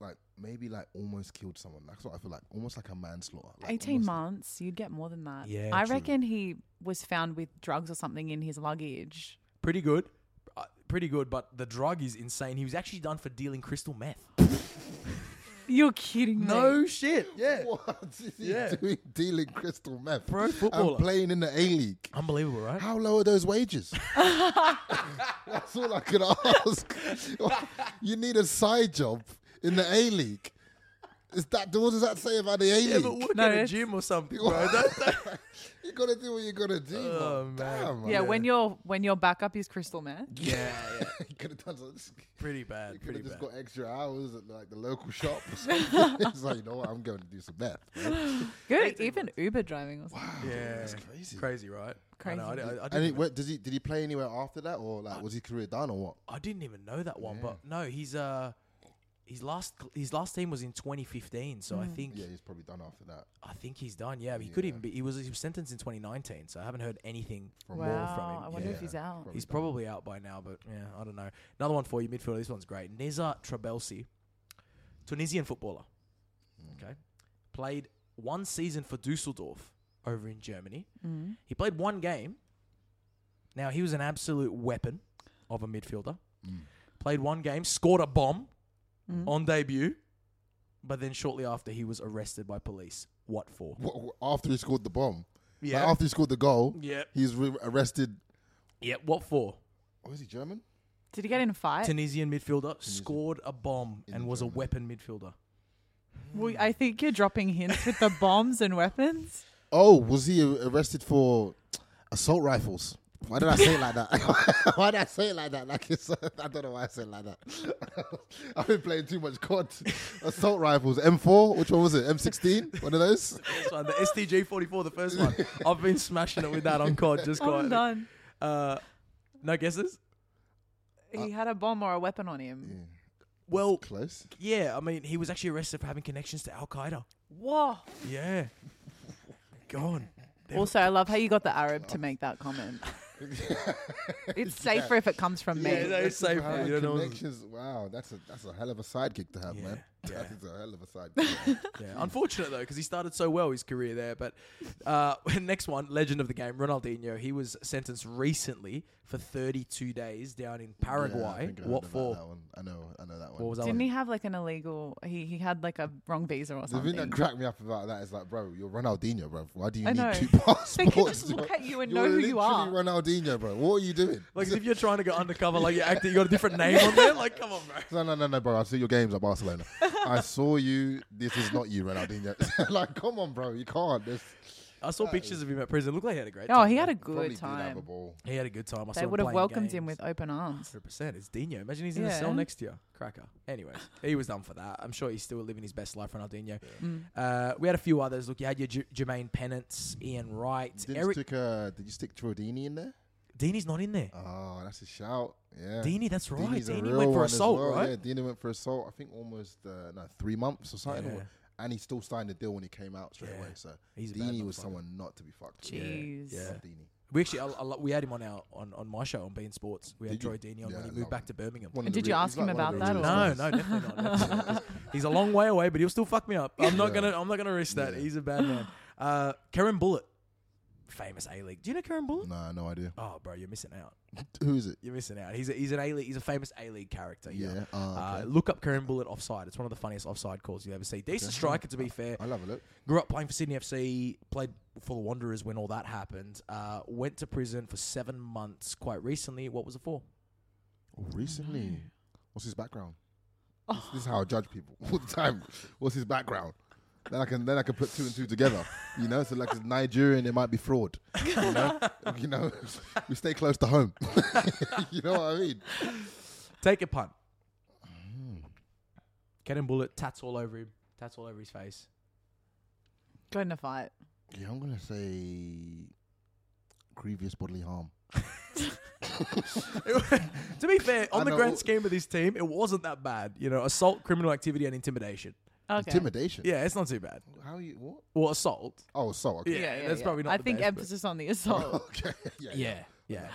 S3: like maybe like almost killed someone. That's what I feel like. Almost like a manslaughter. Like,
S2: 18
S3: almost-
S2: months, you'd get more than that.
S1: Yeah,
S2: I
S1: true.
S2: reckon he was found with drugs or something in his luggage.
S1: pretty good. Uh, pretty good, but the drug is insane. He was actually done for dealing crystal meth.
S2: You're kidding me.
S1: No shit. Yeah.
S3: [LAUGHS] What is he
S1: Yeah.
S3: doing dealing crystal meth?
S1: Pro
S3: and
S1: footballer.
S3: playing in the A League.
S1: Unbelievable, right?
S3: How low are those wages? That's all I could ask. [LAUGHS] you need a side job in the A League. Is that what does that say about the A League?
S1: Yeah, but work
S2: No,
S1: at a
S2: it's-
S1: gym or something, bro. Don't- don't-
S3: you gotta do what you gotta do.
S1: Oh,
S3: man.
S1: man.
S3: Damn, man.
S2: Yeah, when your when your backup is crystal meth.
S1: yeah, yeah.
S3: [LAUGHS] you could have done something.
S1: Pretty
S3: You
S1: bad.
S3: could
S1: Pretty
S3: have just
S1: bad.
S3: got extra hours at like the local shop. or something. [LAUGHS] it's like you know what, I'm going to do some meth. man.
S2: Good, even Uber driving or something.
S1: yeah. That's
S3: crazy.
S1: Crazy, right? I, know, I,
S2: Crazy.
S1: di- I, I
S3: And
S1: didn't
S3: it,
S1: even,
S3: went, does he did he play anywhere after that, or like was his career done, or what?
S1: I didn't even know that one, but no, he's uh his last his last team was in 2015, so I think
S3: Yeah, he's probably done after that.
S1: I think he's done. Yeah, he could even be. He was he was sentenced in 2019, so I haven't heard anything
S2: Wow,
S1: more from him.
S2: I wonder
S1: Yeah.
S2: if he's out.
S1: He's probably out by now, but yeah, I don't know. Another one for you, midfielder. This one's great. Neza Trabelsi, Tunisian footballer. Okay. Played one season for Dusseldorf over in Germany. He played one game. Now, he was an absolute weapon of a midfielder. Played one game, scored a bomb on debut, but then shortly after, he was arrested by police. What for?
S3: What, what- after he scored the bomb, Like,
S1: Yeah.
S3: after he scored the goal,
S1: Yeah.
S3: he's re- arrested.
S1: Yeah, what for?
S3: Oh, is he German?
S2: Did he get in a fight?
S1: Tunisian midfielder scored a bomb and was a weapon midfielder.
S2: Well, I think you're dropping hints with
S1: [LAUGHS]
S2: the bombs and weapons.
S3: Oh, was he arrested for assault rifles? Why did I say it like that? [LAUGHS] why did I say it like that? Like it's, [LAUGHS] I don't know why I said it like that. [LAUGHS] I've been playing too much COD. Assault rifles, M4. Which one was it? M16. One of those.
S1: This one, the STG 44, the first
S2: [LAUGHS]
S1: one. I've been smashing it with that on COD just
S2: I'm
S1: quietly.
S2: done.
S1: Uh, no guesses? Uh,
S2: He had a bomb or a weapon on him.
S1: Well,
S3: [LAUGHS] Close.
S1: yeah, I mean, he was actually arrested for having connections to Al Qaeda.
S2: Whoa.
S1: Yeah. Gone.
S2: Also, I love how you got the Arab to make
S1: [LAUGHS]
S2: that comment. it's safer if it comes from me.
S1: Yeah, that is safe.
S3: Wow,
S1: You don't know.
S3: connections. Wow, that's a that's a hell of a sidekick to have,
S1: Yeah,
S3: man. [LAUGHS]
S1: yeah.
S3: That is a hell of a sidekick.
S1: Yeah, unfortunate though, because he started so well his career there. But uh, [LAUGHS] next one, legend of the game, Ronaldinho. He was sentenced recently for 32 days down in
S3: Yeah, I
S1: Paraguay.
S3: think I heard
S1: what
S3: about
S1: for?
S3: That one. I know. I know that one.
S1: What was that?
S2: Didn't
S1: one?
S2: he have like an illegal? He he had like a wrong visa or
S3: The
S2: something.
S3: thing that cracked me up about that is like, bro, you're Ronaldinho, bro. Why do you
S2: I
S3: need
S2: know. [LAUGHS]
S3: two
S2: They can
S3: passports?
S2: just look at you and
S3: [LAUGHS] You're
S2: know who you are.
S3: literally Ronaldinho, bro. What are you doing?
S1: Like if you're trying to go undercover, [LAUGHS] like you're acting, you got a different name on there. Like, come on, [LAUGHS] bro.
S3: no, no, no, no, bro. I see your games at Barcelona.
S2: [LAUGHS]
S3: I saw you. This is not you, Ronaldinho. [LAUGHS] like, come on, bro. You can't. There's
S1: I saw pictures of him at prison. Looked like he had a great.
S2: oh,
S1: time,
S2: he
S1: man.
S2: had a
S3: probably
S2: good
S3: did have a
S2: time.
S3: ball.
S1: He had a good time. I
S2: They would have welcomed him with open arms.
S1: Hundred percent. It's Dino. Imagine he's in the cell
S2: Yeah.
S1: next year. Cracker. Anyways, he was done for that. I'm sure he's still living his best life, Ronaldinho.
S2: Mm.
S1: Uh, we had a few others. Look, you had your J- Jermaine Pennants, Ian Wright,
S3: Didn't
S1: Eric.
S3: stick, uh, did you stick Trodini in there?
S1: Dini's not in there.
S3: Oh, that's a shout. Yeah.
S1: Dini, that's right.
S3: Dini's a
S1: Dini
S3: real
S1: went for
S3: one as
S1: assault,
S3: well.
S1: right?
S3: Yeah, Dini went for assault. I think almost uh, no, three months or something.
S1: Yeah.
S3: And he still signed the deal when he came out straight
S1: Yeah.
S3: away. So
S1: He's a bad
S3: Dini was
S1: motherfucker.
S3: someone not to be fucked. with.
S2: Jeez.
S1: Yeah.
S3: Dini.
S1: We actually, I, I, lo- we had him on our on, on my show on Bean Sports. We had
S3: Did you?
S1: Troy Dini on
S3: Yeah,
S1: when he
S3: I
S1: moved
S3: love
S1: back
S3: him.
S1: to Birmingham.
S3: One of
S2: And
S3: the
S2: did you
S3: real-
S2: ask
S3: he's like
S2: him
S3: one of
S2: about that
S3: the real
S2: or-
S1: No,
S3: stars.
S1: no, definitely not. Definitely
S3: [LAUGHS]
S1: not. He's a long way away, but he'll still fuck me up. I'm not gonna, I'm not gonna risk that. He's a bad man. Uh, Karen Bullet, famous A League. Do you know Karen Bullet?
S3: Nah, no idea.
S1: Oh, bro, you're missing out.
S3: Who is it?
S1: You're missing out. He's a, he's an A League. He's a famous A League character. Yeah.
S3: Yeah, ah,
S1: Uh, look up Karen Bullet offside. It's one of the funniest offside calls you ever see. Decent striker, to be fair.
S3: I love a look.
S1: Grew up playing for Sydney FC, played for the Wanderers when all that happened. Uh, went to prison for seven months quite recently. What was it for?
S3: Oh, recently, what's his background? This, this is how I judge people [LAUGHS] all the time. What's his background? Then I can then I can put two and two together. You know, so like it's Nigerian, it might be fraud. You know, you know, [LAUGHS] we stay close to home. [LAUGHS] you know what I mean?
S1: Take a punt.
S3: Mm.
S1: Karen Bullet, tats all over him, tats all over his
S3: [LAUGHS]
S1: face. [LAUGHS]
S2: Got in a fight.
S3: Yeah, I'm gonna say grievous bodily harm.
S1: to be fair, on
S3: I
S1: the
S3: know.
S1: grand scheme of this team, it wasn't that bad. You know, assault, criminal activity, and intimidation.
S2: Okay.
S3: Intimidation.
S1: Yeah, it's not too bad.
S3: How you what?
S1: Well, assault.
S3: Oh, so okay.
S1: Yeah, that's probably not
S2: I
S1: the
S2: think
S1: best, but-
S2: emphasis on the assault. [LAUGHS]
S3: [LAUGHS] okay. Yeah.
S1: Yeah, yeah.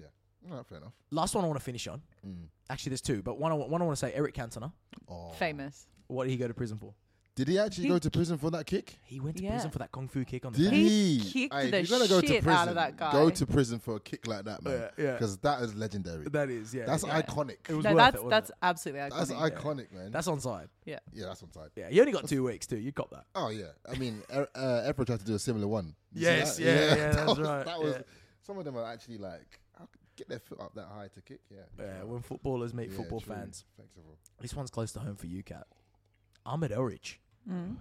S3: Yeah. All right, fair enough.
S1: Last one I want to finish on.
S3: Mm.
S1: Actually, there's two, but one I, wa- one I want to say Eric Cantona.
S3: Oh,
S2: Famous.
S1: What did he go to prison for?
S3: Did he actually
S2: He-
S3: go to prison for that kick?
S1: He went to
S2: Yeah.
S1: prison for that kung fu kick on the
S3: Did
S1: face.
S2: He
S3: he?
S2: kicked
S3: Hey, if
S2: the
S3: you're gonna go to
S2: shit
S3: prison,
S2: out of that guy.
S3: Go to prison for a kick like that, man.
S1: Yeah, yeah.
S3: Because that is legendary.
S1: That is, yeah.
S3: that's
S1: yeah.
S3: iconic.
S1: It was
S2: No,
S1: worth
S2: that's
S1: it, wasn't
S2: that's
S1: it?
S2: absolutely iconic.
S3: that's iconic, man.
S1: that's onside.
S2: yeah.
S3: yeah, that's on side.
S1: Yeah, you only got two weeks too. You cop that.
S3: Oh yeah, I mean, Er- uh, Efra tried to do a similar one. You see
S1: Yes,
S3: that?
S1: yeah, yeah,
S3: [LAUGHS] that
S1: that's
S3: was,
S1: right,
S3: That was
S1: yeah.
S3: some of them are actually like how could- get their foot up that high to kick. Yeah,
S1: Yeah, when footballers meet
S3: Yeah,
S1: football
S3: true.
S1: fans.
S3: Flexible.
S1: This one's close to home for you, Cat. Ahmed Elrich.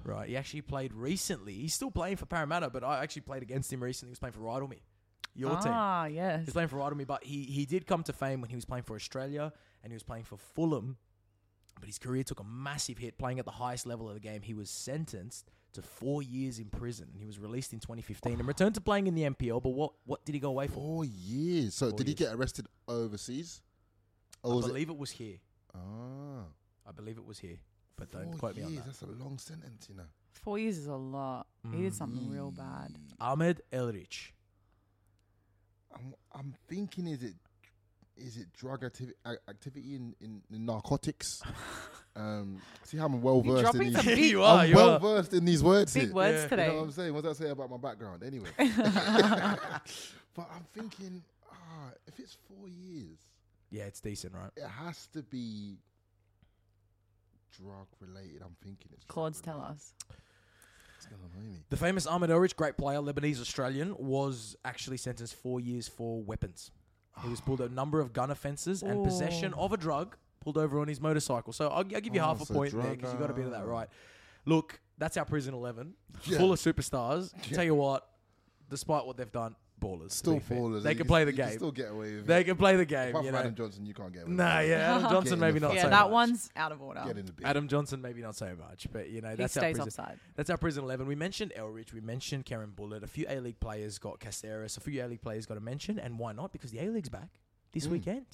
S1: Right, he actually played recently. He's still playing for Parramatta, but I actually played against him recently. He was playing for Rydalme, your team.
S2: Ah, yes.
S1: He's playing for Rydalme, but he, he did come to fame when he was playing for Australia and he was playing for Fulham. But his career took a massive hit. Playing at the highest level of the game, he was sentenced to four years in prison. And he was released in 2015 and returned to playing in the NPL. But what, what did he go away for?
S3: Four years. So
S1: Four
S3: did he
S1: years.
S3: get arrested overseas?
S1: I
S3: Or was
S1: believe it? was here.
S3: it? Ah,
S1: I believe it was here. But don't
S3: four
S1: quote me
S3: years.
S1: on that.
S3: That's a long sentence, you know.
S2: Four years is a lot. He did something real
S3: Mm.
S2: bad.
S1: Ahmed Elrich.
S3: I'm I'm thinking, is it is it drug activi- a- activity in, in,
S1: [LAUGHS]
S3: in narcotics? um, see how I'm well
S2: You're
S3: versed in
S2: dropping
S3: these.
S2: some
S3: [LAUGHS]
S1: Yeah,
S2: big,
S1: you are.
S3: I'm well versed in these words.
S2: big
S3: here.
S2: words
S1: Yeah.
S2: today.
S3: You know what I'm saying? What does that say about my
S2: [LAUGHS]
S3: background? Anyway. [LAUGHS] but I'm thinking, ah, if it's four years,
S1: Yeah, it's decent, right?
S3: it has to be drug related. I'm thinking it's
S2: Claude's
S3: drug
S2: tell
S3: related.
S2: us.
S3: It's gonna annoy me.
S1: The famous Ahmed Orich, great player, Lebanese Australian, was actually sentenced four years for weapons. He was pulled a number of gun offences and possession of a drug pulled over on his motorcycle. So I'll, I'll give you
S3: Oh,
S1: half a
S3: so uh,
S1: point there because you got a bit of that right. Look, that's our prison 11,
S3: Yeah.
S1: full of
S3: [LAUGHS]
S1: superstars. Tell you what, despite what they've done, ballers. to
S3: Still
S1: be fair.
S3: ballers.
S1: They
S3: You
S1: can play the
S3: you
S1: game.
S3: still get away with
S1: They
S3: it.
S1: can play the game.
S3: Apart
S1: You
S3: from
S1: know?
S3: Adam Johnson, you can't get away with
S1: Nah,
S3: it.
S1: yeah, Adam
S3: Get
S1: Johnson
S3: in
S1: maybe
S3: the
S1: not
S3: fight.
S2: Yeah,
S1: so
S2: that
S1: much.
S2: one's out of order.
S3: Get in the bit.
S1: Adam Johnson, maybe not so much, but you know that's our
S2: stays
S1: prison.
S2: offside.
S1: That's our prison eleven. We mentioned Elridge, we mentioned Karen Bullitt. A few A League players got Caceres, a few A League players got a mention, and why not? Because the A League's back
S3: Mm.
S1: this weekend.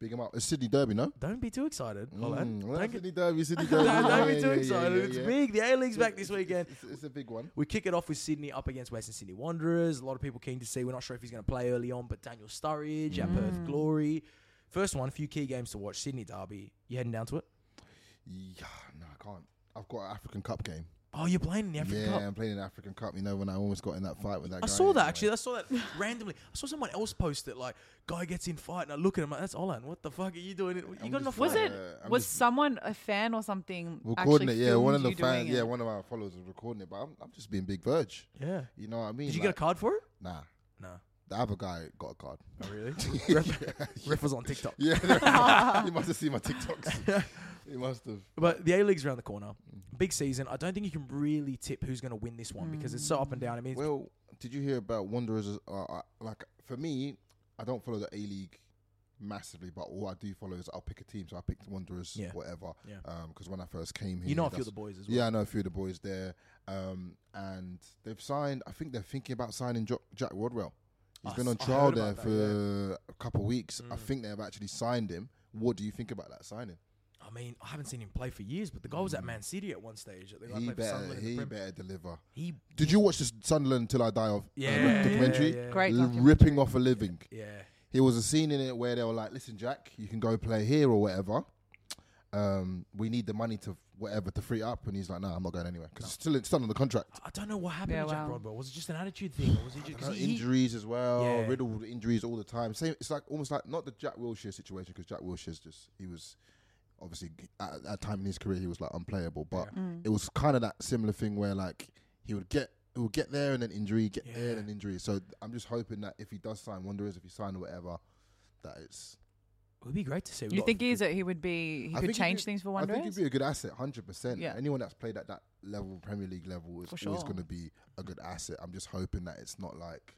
S3: Big him up. It's Sydney Derby, no?
S1: Don't be too excited, Olan.
S3: Mm, well,
S1: Don't, get-
S3: Sydney Derby, Sydney Derby.
S1: [LAUGHS] don't, don't
S3: Yeah,
S1: be too
S3: yeah, yeah,
S1: excited.
S3: yeah,
S1: it's
S3: yeah.
S1: big. The A League's back this
S3: It's-
S1: weekend.
S3: It's, it's a big one.
S1: We kick it off with Sydney up against Western Sydney Wanderers. A lot of people keen to see. We're not sure if he's going to play early on, but Daniel Sturridge at
S3: Mm.
S1: Perth Glory. First one, a few key games to watch. Sydney Derby. You heading down to it?
S3: Yeah, no, I can't. I've got an African Cup game.
S1: Oh, you're playing in the African
S3: yeah,
S1: Cup.
S3: I'm playing in the African Cup. You know when I almost got in that fight with that guy.
S1: I saw that
S3: anyway.
S1: actually. I saw that [LAUGHS] randomly. I saw someone else post it like guy gets in fight, and I look at him like that's Olan. What the fuck are you doing? in- You
S3: I'm
S1: got enough
S3: just
S2: Was
S3: Yeah,
S2: it?
S3: uh, I'm
S2: was
S3: just-
S2: someone a fan or something?
S3: recording it.
S2: actually
S3: Yeah, one of
S2: filmed
S3: the
S2: you doing
S3: fans. Yeah,
S2: it?
S3: one of our followers was recording it, but I'm, I'm just being big verge.
S1: Yeah.
S3: You know what I mean?
S1: Did you get a
S3: Like,
S1: card for it?
S3: Nah,
S1: No.
S3: the other guy got a card. [LAUGHS]
S1: Oh really? Ref, ref was on TikTok.
S3: Yeah, [LAUGHS] you must have seen
S1: [LAUGHS]
S3: my TikToks. you must have.
S1: But the A League's around the corner.
S3: Mm.
S1: Big season. I don't think you can really tip who's going to win this one because it's so up and down. I mean, it's-
S3: Well, did you hear about Wanderers? as- Uh, uh, like for me, I don't follow the A League massively, but all I do follow is I'll pick a team. So I picked Wanderers,
S1: Yeah.
S3: whatever.
S1: Yeah.
S3: Because when I first came here,
S1: you know, I feel
S3: that's-
S1: the boys as well.
S3: Yeah, I know a few of the boys there, um, and they've signed. I think they're thinking about signing jo- Jack Rodwell. He's
S1: I
S3: been on
S1: s- Ah, I heard
S3: trial there
S1: about that, Mm.
S3: for a couple of weeks. I think they've actually signed him. What do you think about that signing?
S1: I mean, I haven't seen him play for years, but the guy was at Man City at one stage. The guy
S3: Mm. he
S1: played for
S3: better,
S1: Sunderland in the
S3: he
S1: Prem.
S3: better deliver.
S1: He,
S3: Did you watch the Sunderland Until I Die of
S1: yeah,
S3: um,
S1: yeah,
S3: documentary?
S1: yeah, yeah.
S2: Great
S3: L-
S2: documentary.
S3: ripping off a living.
S1: Yeah.
S3: Here was a scene in it where they were like, "Listen, Jack, you can go play here or whatever. Um, we need the money to whatever to free up." And he's like, "No, I'm not going anywhere because it's still it's still under contract."
S1: I don't know what happened
S2: Yeah,
S1: to Jack
S2: wow.
S1: Rodwell. Was it just an attitude thing, or was
S3: [LAUGHS]
S1: it just
S3: You know,
S1: 'cause he- he-
S3: injuries as well,
S1: Yeah.
S3: riddled with injuries all the time. Same, it's like almost like not the Jack Wilshere situation because Jack Wilshere's just he was obviously at at that time in his career he was like unplayable, but
S1: Mm.
S3: it was kind of that similar thing where like he would get he would get there and then injury, get there and then injury. So I'm just hoping that if he does sign Wanderers, if he sign or whatever, that it's.
S1: It would be great to see. We've
S2: You
S1: got-
S2: think he's a, he would be? He
S3: I
S2: could
S3: think he'd
S2: change
S3: be-
S2: things for
S3: I think
S2: Wanderers.
S3: he'd be a good asset, hundred percent.
S2: Yeah.
S3: Anyone that's played at that level, Premier League level, is
S2: For
S3: always
S2: sure.
S3: going to be a good asset. I'm just hoping that it's not like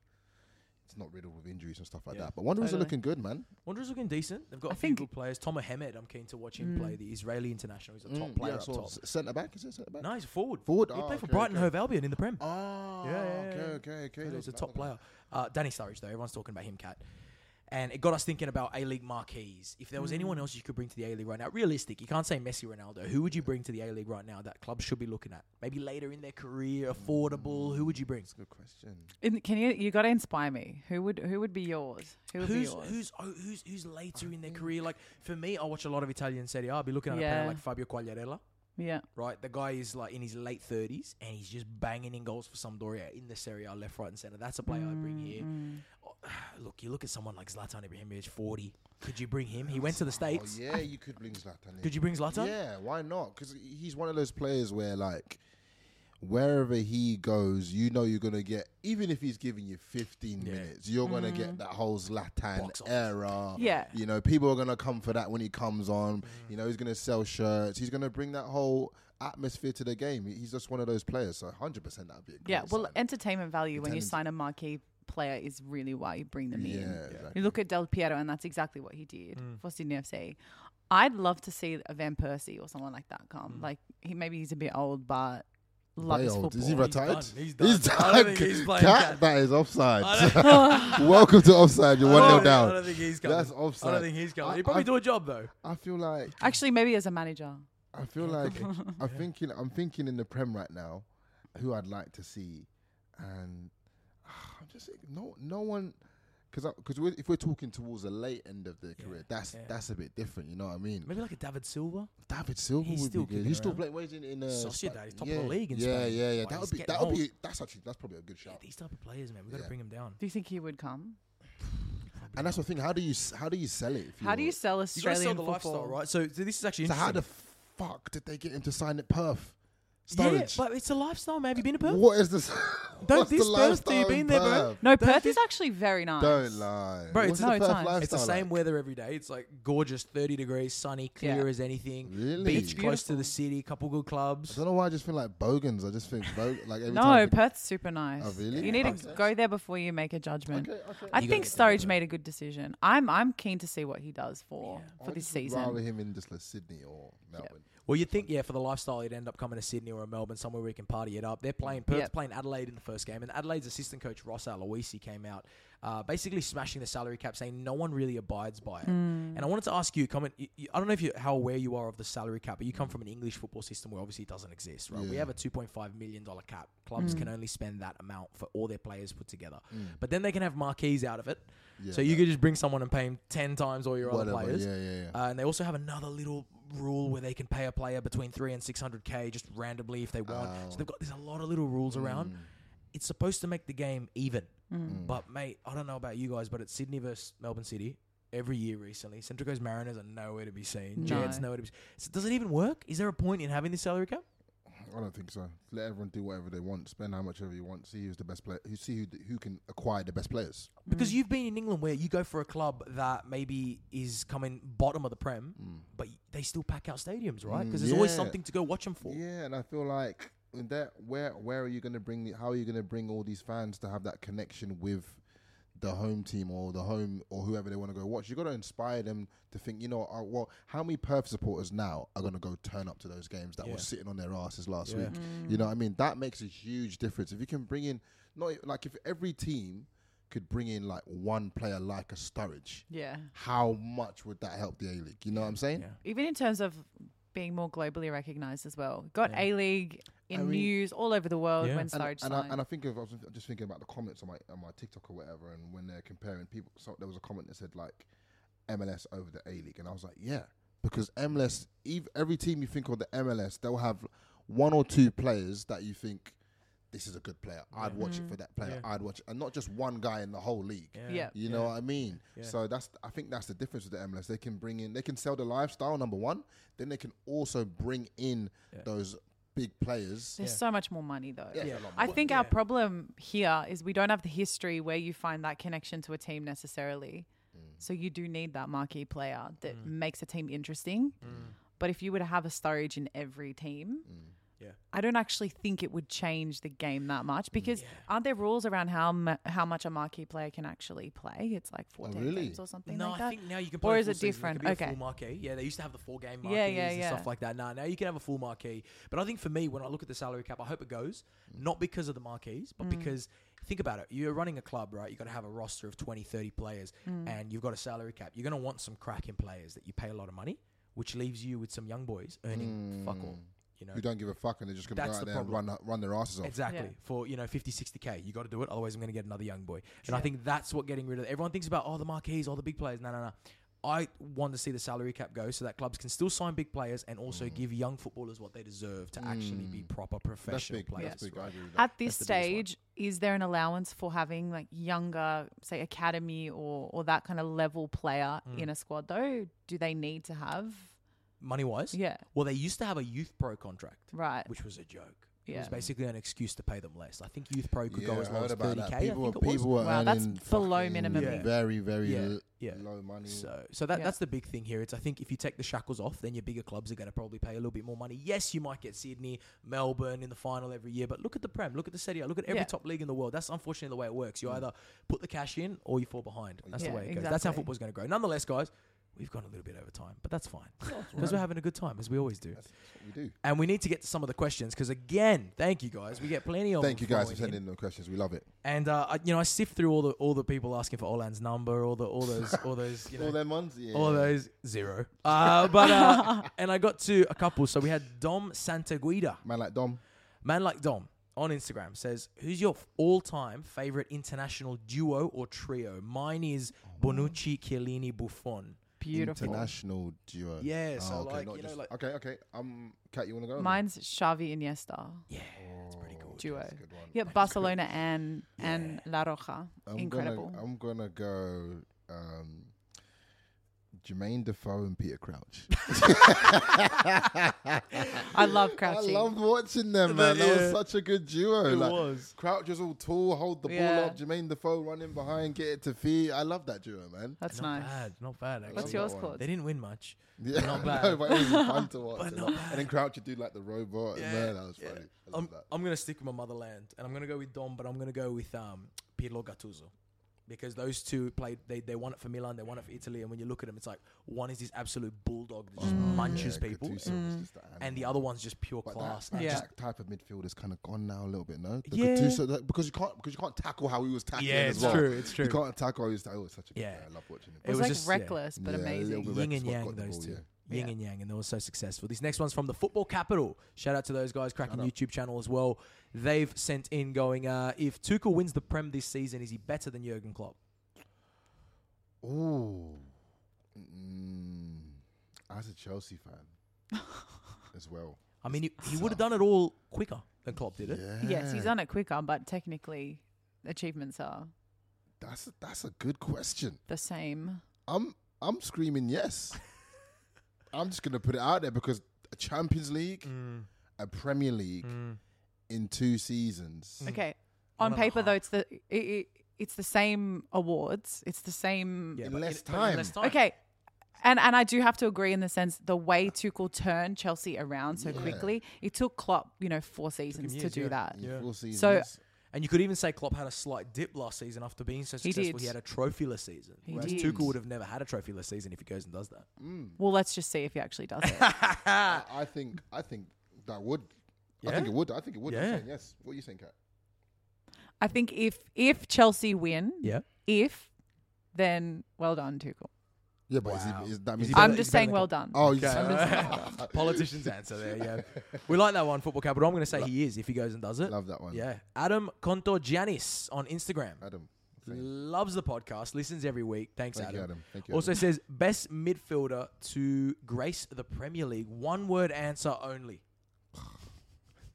S3: it's not riddled with injuries and stuff like
S1: Yeah,
S3: that. But Wanderers
S2: totally.
S3: are looking good, man.
S1: Wanderers looking decent. They've got a
S2: I
S1: few
S2: think- Mm.
S1: good players. Tom Ahmed, I'm keen to watch him play the Israeli international. He's a top
S3: Mm,
S1: player
S3: yeah,
S1: up
S3: so
S1: top.
S3: s- centre back is it centre back?
S1: No, he's a forward.
S3: Forward?
S1: He
S3: Ah,
S1: played for
S3: okay,
S1: Brighton
S3: okay.
S1: Hove Albion in the Prem.
S3: Oh,
S1: Yeah, yeah,
S3: okay,
S1: yeah.
S3: okay, okay.
S1: Yeah, he's
S3: Those-
S1: a top
S3: I don't know.
S1: player. Uh, Danny Sturridge, though, everyone's talking about him, Cat. And it got us thinking about A League marquees. If there
S2: Mm.
S1: was anyone else you could bring to the A League right now, realistic, you can't say Messi, Ronaldo. Who would you bring to the A League right now that clubs should be looking at? Maybe later in their career,
S3: Mm.
S1: affordable. Who would you bring?
S3: That's a good question.
S2: In- Can you? You got to inspire me. Who would? Who would be yours? Who would
S1: Who's
S2: be yours?
S1: who's oh, who's who's later in their career? Like for me, I watch a lot of Italian Serie A. I'll be looking at a player
S2: Yeah.
S1: like Fabio Quagliarella.
S2: Yeah.
S1: right? The guy is like in his late thirties and he's just banging in goals for Sampdoria in the Serie A, left, right, and centre. That's a player I bring here.
S2: Mm.
S1: Oh, [SIGHS] Look, you look at someone like Zlatan Ibrahimovic, forty. Could you bring him? He went to the
S3: Oh,
S1: states.
S3: yeah, you could bring Zlatan in.
S1: Could you bring Zlatan?
S3: Yeah, why not? Because he's one of those players where, like, wherever he goes, you know you're gonna get. Even if he's giving you 15 minutes, you're gonna get that whole Zlatan
S1: Box office.
S3: era.
S2: Mm. Yeah.
S3: you know people are gonna come for that when he comes on. You know he's gonna sell shirts. He's gonna bring that whole atmosphere to the game. He's just one of those players. So 100 percent that'd be a great
S2: Yeah. Well,
S3: signing.
S2: entertainment value when you
S3: Entertainment-
S2: sign a marquee player is really why you bring them
S3: yeah,
S2: in.
S3: exactly.
S2: You look at Del Piero, and that's exactly what he did
S1: Mm.
S2: for Sydney FC. I'd love to see a Van Persie or someone like that
S1: Mm.
S2: come. Like he maybe he's a bit old, but love
S3: Way
S2: his
S3: old.
S2: football.
S3: Is he retired?
S1: done. He's done. [LAUGHS] I don't think he's playing
S3: Cat,
S1: Cat.
S3: that is offside. [LAUGHS] Welcome to offside. You're
S1: I
S3: one
S1: don't
S3: nil
S1: think-
S3: down.
S1: I don't think he's coming.
S3: That's
S1: I
S3: offside.
S1: don't think he's coming.
S3: I-
S1: He probably
S3: I-
S1: do a job though.
S3: I feel like
S2: Actually, maybe as a manager.
S3: I feel like
S1: [LAUGHS]
S3: I'm thinking I'm thinking in the prem right now, who I'd like to see, and ah, I'm just thinking, no no one because because if we're talking towards the late end of their career, that's
S1: yeah.
S3: that's a bit different. You know what I mean?
S1: Maybe like a David Silva.
S3: David Silva
S1: He's
S3: would
S1: still
S3: be good.
S1: kicking
S3: He's still
S1: around.
S3: playing wage in, in uh,
S1: Sociedad,
S3: Spa-
S1: he's top of the
S3: yeah,
S1: league in
S3: yeah,
S1: Spain.
S3: yeah, yeah.
S1: Like,
S3: That
S1: he's
S3: would be
S1: getting
S3: that would
S1: old.
S3: be that's actually that's probably a good shout.
S1: These type of players, man, we got to
S3: Yeah.
S1: bring them down.
S2: Do you think he would come?
S3: And that's the thing. How do you s- how do you sell it? If you
S2: How do you
S3: want-
S2: sell
S1: You got to
S2: Australian
S1: sell the
S2: football?
S1: lifestyle, right? So, so this is actually
S3: So how
S1: interesting.
S3: the fuck did they get him to sign at Perth?
S1: yeah,
S3: Sturridge.
S1: but it's a lifestyle, man. Have you been to Perth?
S3: What is this?
S1: Don't
S3: what's the
S1: diss Perth, dude.
S3: lifestyle
S1: Been
S3: in
S1: there, bro.
S3: Perth?
S2: No,
S1: Don't
S2: Perth is
S1: think-
S2: actually very nice.
S3: Don't lie,
S1: Bro, it's-
S3: What's the
S2: No, it's
S3: Perth
S2: nice.
S3: lifestyle
S2: It's
S1: It's the same
S3: like?
S1: weather every day. It's like gorgeous, 30 degrees, sunny, clear
S2: Yeah.
S1: as anything.
S3: Really? It's
S1: Beach close to
S2: beautiful.
S1: the city, couple good
S3: I
S1: clubs.
S3: don't know why I just feel like bogans. I just think bog- like every time. I
S2: No,
S3: think-
S2: Perth's super nice.
S3: Oh, really?
S2: You need to
S3: Okay.
S2: go there before you make a judgment.
S3: Okay, okay.
S2: I
S1: You
S2: think
S1: gotta
S2: Sturridge made a good decision. I'm I'm keen to see what he does for for
S3: I
S2: this
S3: just would Rather
S2: season.
S3: him in just like Sydney or Melbourne.
S1: Well, you'd think, yeah, for the lifestyle, you'd end up coming to Sydney or Melbourne, somewhere where you can party it up. They're playing, Perth's
S2: Yep.
S1: playing Adelaide in the first game, and Adelaide's assistant coach, Ross Aloisi, came out uh, basically smashing the salary cap, saying no one really abides by it.
S3: Mm.
S1: And I wanted to ask you, comment, y- y- I don't know if you how aware you are of the salary cap, but you come from an English football system where obviously it doesn't exist, right? We have a $2.5 million cap.
S3: Mm.
S1: Clubs can only spend that amount for all their players put together. But then they can have marquees out of it. so you could just bring someone and pay him 10 times all your
S3: Whatever,
S1: other players.
S3: yeah, yeah, yeah.
S1: Uh, and they also have another little rule where they can pay a player between three and six hundred k just randomly if they want. So
S3: Oh.
S1: they've got there's a lot of little
S3: Mm.
S1: rules around. It's supposed to make the game even,
S2: Mm.
S3: Mm.
S1: but mate, I don't know about you guys, but it's Sydney versus Melbourne City every year recently. Central Coast Mariners are nowhere to be seen.
S2: No.
S1: Giants nowhere to be. So does it even work? Is there a point in having this salary cap?
S2: Mm.
S3: I don't think so. Let everyone do whatever they want. Spend how much ever you want. See who's the best player. Who see who who can acquire the best players.
S1: Because you've been in England where you go for a club that maybe is coming bottom of the prem, but they still pack out stadiums, right? Because there's always
S3: Mm. Yeah.
S1: something to go watch them for.
S3: Yeah, and I feel like in that where where are you going to bring the, how are you going to bring all these fans to have that connection with the home team or the home or whoever they want to go watch? You got to inspire them to think, you know, uh, well, how many Perth supporters now are going to go turn up to those games that
S1: Yeah.
S3: were sitting on their asses last
S1: Yeah.
S3: week? You know, what I mean, that makes a huge difference. If you can bring in not e- like if every team could bring in like one player like a Sturridge,
S2: Yeah.
S3: how much would that help the A League? You know what I'm saying?
S1: Yeah.
S2: Even in terms of being more globally recognized as well. Got A League in
S3: I mean-
S2: news all over the world
S1: Yeah.
S2: when
S1: And-
S2: Sturridge
S3: and, and I,
S2: signed.
S3: and I think of, I was just thinking about the comments on my on my TikTok or whatever, and when they're comparing people, so there was a comment that said like MLS over the A League, and I was like, yeah, because MLS, ev- every team you think of the MLS, they'll have one or two players that you think this is a good player. I'd watch
S2: Mm-hmm.
S3: it for that player. I'd watch, and not just one guy in the whole league.
S2: Yeah.
S3: You know what I mean? So that's I think that's the difference with the MLS. They can bring in they can sell the lifestyle number one, then they can also bring in those big players.
S2: There's so much more money though.
S3: Yeah, a lot
S2: I
S3: more.
S2: think our problem here is we don't have the history where you find that connection to a team necessarily. So you do need that marquee player that
S1: Mm.
S2: makes a team interesting. But if you were to have a Sturridge in every team,
S1: Yeah.
S2: I don't actually think it would change the game that much because aren't there rules around how mu how much a marquee player can actually play? It's like 14
S3: really?
S2: games or something
S1: No,
S2: like
S1: I
S2: that.
S1: think now you can. Play
S2: or
S1: a
S2: is
S1: full
S2: it
S1: season.
S2: different?
S1: could be a
S2: okay.
S1: full marquee. Yeah, they used to have the four game marquees
S2: Yeah, yeah,
S1: and
S2: yeah.
S1: stuff like that. Now, now you can have a full marquee. But I think for me, when I look at the salary cap, I hope it goes
S2: Mm.
S1: not because of the marquees, but because think about it. You're running a club, right? You've got to have a roster of 20, 30 players,
S2: Mm.
S1: and you've got a salary cap. You're going to want some cracking players that you pay a lot of money, which leaves you with some young boys earning fuck all. You know,
S3: who don't give a fuck and they're just going to go
S1: That's
S3: out
S1: the
S3: there and
S1: problem.
S3: run, run their asses off.
S1: Exactly. For, you know, 50, 60K, you got to do it. Otherwise, I'm going to get another young boy. And I think that's what getting rid of. Everyone thinks about, oh, the marquees, all the big players. No, no, no. I want to see the salary cap go so that clubs can still sign big players and also give young footballers what they deserve to actually be proper
S3: Mm. That's
S1: professional
S3: big.
S1: players.
S3: That's big. I agree with that.
S2: At this
S1: That's the biggest one.
S2: stage, is there an allowance for having like younger, say, academy or or that kind of level player
S1: Hmm.
S2: in a squad though? Do they need to have?
S1: Money wise,
S2: Yeah.
S1: Well, they used to have a youth pro contract,
S2: Right.
S1: Which was a joke. It was
S2: Yeah.
S1: basically an excuse to pay them less. I think youth pro could
S3: yeah,
S1: go as
S3: I
S1: low
S3: heard
S1: as
S3: about
S1: thirty
S3: that.
S1: k.
S3: People,
S1: think it
S3: were-
S1: was.
S3: people were
S2: Wow, that's
S3: earning
S2: below
S3: fucking
S2: minimum
S1: Yeah. league.
S3: Very, very
S1: Yeah,
S3: l-
S1: yeah.
S3: low money.
S1: So, so that,
S2: Yeah.
S1: that's the big thing here. It's I think if you take the shackles off, then your bigger clubs are going to probably pay a little bit more money. Yes, you might get Sydney, Melbourne in the final every year, but look at the Prem, look at the Serie, A, look at every
S2: Yeah.
S1: top league in the world. That's unfortunately the way it works. You
S3: Mm.
S1: either put the cash in or you fall behind. That's the
S2: Yeah,
S1: way it goes. That's how
S2: exactly.
S1: football's going to grow. Nonetheless, guys, we've gone a little bit over time, but that's fine because we're having a good time as we always do.
S3: That's what we do.
S1: And we need to get to some of the questions because again, thank you guys. We get plenty of.
S3: Thank
S1: them
S3: you
S1: flowing
S3: guys for
S1: in.
S3: sending in the questions. We love it.
S1: And uh, I, you know, I sift through all the all the people asking for Olan's number, all the all those all those you know
S3: All them ones, yeah.
S1: all those zero. Uh, but
S2: [LAUGHS]
S1: uh, and I got to a couple. So we had Dom Santaguida,
S3: Man like Dom.
S1: man like Dom, on Instagram says, "Who's your all-time favorite international duo or trio? Mine is Bonucci, Chiellini, Buffon.
S2: Beautiful.
S3: International duo. Oh,
S1: Yeah, so
S3: okay,
S1: like,
S3: not
S1: you know,
S3: just-
S1: like-
S3: okay, okay. Um, Kat, you want to go?
S2: Mine's Xavi Iniesta
S1: Yeah, it's pretty cool.
S2: duo.
S3: Oh, a good one.
S1: [LAUGHS]
S2: Yeah, Barcelona and and La Roja.
S3: I'm
S2: Incredible.
S3: [LAUGHS] Gonna, I'm gonna go. Um, Jermaine Defoe and Peter Crouch.
S2: I love
S3: I
S2: Crouchy.
S3: loved
S1: [LAUGHS]
S3: watching them, man. That was such a good duo.
S1: It
S3: like,
S1: was.
S3: Crouch was all tall, hold the
S2: Yeah.
S3: ball up. Jermaine Defoe running behind, get it to feet. I love that duo, man.
S2: That's
S1: Not
S2: nice.
S1: bad, not bad. Actually.
S2: What's
S3: that
S2: yours
S3: one.
S2: called?
S1: They didn't win much.
S3: [LAUGHS] Yeah,
S1: Not
S3: [LAUGHS] no,
S1: bad.
S3: but it was fun
S1: [LAUGHS]
S3: to watch. and,
S1: not
S3: like- and then Crouch would do like the robot. and man, that was funny. I
S1: I'm,
S3: love that.
S1: I'm gonna stick with my motherland, and I'm gonna go with Dom, but I'm gonna go with um, Pirlo Gattuso, because those two played. They they won it for Milan, they won it for Italy, and when you look at them, it's like one is this absolute bulldog that just munches
S3: Mm. Yeah,
S1: people, Mm.
S3: Gattuso was just an
S1: and the
S3: animal.
S1: other one's just pure
S3: But
S1: class.
S3: that,
S1: and
S3: that
S1: just-
S3: t- type of midfield is kind of gone now a little bit, no? The
S1: Yeah.
S3: Gattuso, that- because you can't because you can't tackle how he was tackling
S1: Yeah,
S3: as
S1: it's
S3: well.
S1: true, it's
S3: You
S1: true.
S3: can't tackle. How he was tackling. Oh, it's such a good
S1: Yeah.
S3: player. I love watching him.
S2: It was,
S1: was
S2: like
S1: just- yeah.
S2: reckless but
S3: Yeah, a little
S2: amazing.
S1: Yin
S3: bit Rex
S1: and
S3: got-
S1: Yang,
S3: got the
S1: those
S3: ball,
S1: two.
S3: yeah.
S1: Yin
S2: Yeah.
S1: and Yang, and they were so successful. This next one's from the Football Capital. Shout out to those guys, cracking YouTube channel as well. They've sent in going, uh, if Tuchel wins the Prem this season, is he better than Jurgen Klopp?
S3: Ooh. Mm, as a Chelsea fan
S1: [LAUGHS]
S3: as well.
S1: I mean, he, he would have done it all quicker than Klopp did it.
S3: Yeah.
S2: Yes, he's done it quicker, but technically achievements are
S3: That's a, that's a good question.
S2: the same.
S3: I'm I'm
S1: [LAUGHS]
S3: screaming yes. I'm just gonna put it out there because a Champions League,
S1: Mm.
S3: a Premier League in two seasons.
S1: Mm.
S2: Okay.
S1: One
S2: On
S1: and a
S2: paper though,
S1: half.
S2: it's the it, it, it's the same awards. It's the same.
S1: Yeah,
S3: In
S1: but
S3: less
S1: but in
S3: time.
S1: less time.
S2: Okay. And and I do have to agree in the sense the way Tuchel turned Chelsea around so quickly. It took Klopp, you know, four seasons to
S1: years,
S2: do
S1: yeah.
S2: that.
S3: In Four seasons.
S1: And you could even say Klopp had a slight dip last season after being so successful. He,
S2: did.
S1: had a trophyless season.
S2: He
S1: whereas
S2: did.
S1: Tuchel would have never had a trophyless season if he goes and does
S2: [LAUGHS]
S1: that.
S2: Well, let's just see if he actually does
S1: [LAUGHS]
S2: it.
S3: I, I think I think that would. I think
S1: uh, Yeah?
S3: it would. I think it would. I'm
S1: Yeah.
S3: saying yes. What do you think, Kat?
S2: I think if if Chelsea win,
S1: Yeah.
S2: if then well done, Tuchel.
S3: Yeah, but
S1: Wow.
S3: is he, is that
S1: Is
S3: means
S1: he
S3: he's-
S1: better-
S2: I'm
S1: he's
S2: just saying,
S1: than
S2: well
S1: Klopp.
S2: done.
S3: Oh,
S1: Okay. [LAUGHS]
S3: yeah.
S1: Politician's answer there, yeah. We like that one, Football Capital. I'm going to say he is if he goes and does it.
S3: Love that one.
S1: Yeah. Adam Contorgianis on Instagram.
S3: Adam. Thank
S1: Loves the podcast, listens every week. Thanks,
S3: thank
S1: Adam.
S3: you, Adam. Thank you.
S1: Also
S3: Adam.
S1: says, best midfielder to grace the Premier League. One word answer only.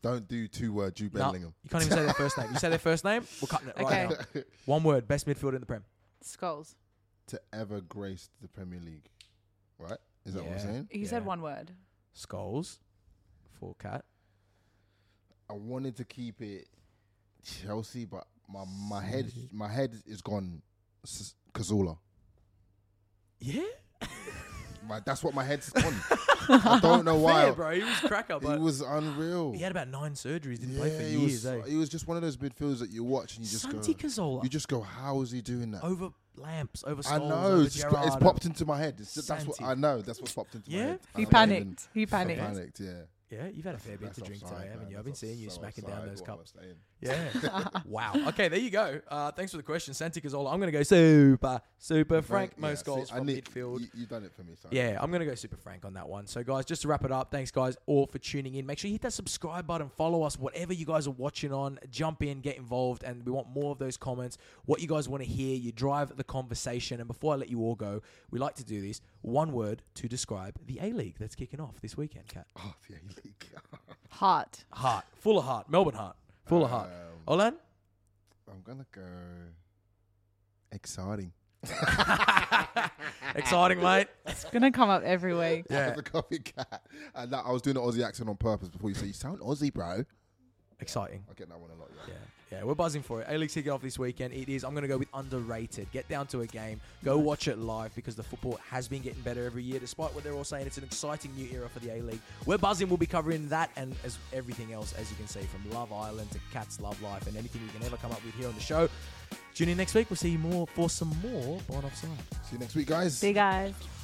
S3: don't do two word Jude
S1: No,
S3: Bellingham.
S1: you can't even say their first name. You say their first name, we're cutting it right
S3: [LAUGHS]
S2: Okay.
S1: now. One word, best midfielder in the Prem.
S2: Skulls.
S3: to ever grace the Premier League, right? Is that what I'm
S1: Yeah.
S3: saying?
S2: You said
S1: Yeah.
S2: one word.
S1: Skulls for Cat.
S3: I wanted to keep it Chelsea, but my my head my head is gone. S- Cazorla.
S1: Yeah,
S3: My, that's what my
S1: [LAUGHS]
S3: head's gone. I don't know why.
S1: Fair, bro. He was cracker,
S3: [LAUGHS] He
S1: but
S3: was unreal.
S1: he had about nine surgeries. Didn't play for
S3: he
S1: years.
S3: was,
S1: eh?
S3: he was just one of those midfielders that you watch and you just
S1: Santi
S3: go,
S1: Cazorla
S3: you just go, how is he doing that?
S1: over lamps, over
S3: I
S1: skulls.
S3: know.
S1: over
S3: It's, just, got- it's
S1: Gerrard,
S3: popped into my head. It's, that's what
S1: Santi.
S3: I know. That's what popped into
S1: Yeah?
S3: my head.
S2: He
S3: I don't even-
S2: panicked. He
S3: I
S2: panicked.
S3: panicked. Yeah.
S1: Yeah, you've had a
S3: That's-
S1: fair bit
S3: that's
S1: to drink
S3: offside,
S1: today, haven't
S3: man.
S1: you? I've been
S3: That's
S1: seeing you
S3: so
S1: smacking
S3: offside.
S1: down those
S3: What am I
S1: cups.
S3: saying?
S1: Yeah.
S3: [LAUGHS]
S1: wow. Okay, there you go. Uh, thanks for the question, Santi Cazzola. I'm going to go super, super Frank.
S3: Yeah,
S1: most
S3: see,
S1: goals
S3: I
S1: from
S3: nicked-
S1: midfield.
S3: You, you done it for me, sorry.
S1: Yeah, I'm going to go super frank on that one. So, guys, just to wrap it up, thanks, guys, all for tuning in. Make sure you hit that subscribe button, follow us, whatever you guys are watching on. Jump in, get involved, and we want more of those comments. What you guys want to hear, you drive the conversation. And before I let you all go, we like to do this one word to describe the A League that's kicking off this weekend, Cat.
S3: Oh, the [LAUGHS] A-League.
S2: Hot.
S1: Heart, full of heart, Melbourne heart, full of heart.
S3: Um,
S1: Olan?
S3: I'm gonna go exciting. [LAUGHS]
S1: Exciting, mate.
S2: It's gonna come up every week.
S3: Yeah, the copycat. And that, I was doing an Aussie accent on purpose before you said you sound Aussie, bro.
S1: Exciting.
S3: I get that one a lot. Yeah.
S1: Yeah, yeah, we're buzzing for it. A League's kicking off this weekend. It is. I'm going to go with underrated. Get down to a game. Go watch it live because the football has been getting better every year. Despite what they're all saying, it's an exciting new era for the A League. We're buzzing. We'll be covering that and as everything else, as you can see, from Love Island to Cats Love Life and anything we can ever come up with here on the show. Tune in next week. We'll see you more for some more on offside.
S3: See you next week, guys.
S2: See you guys.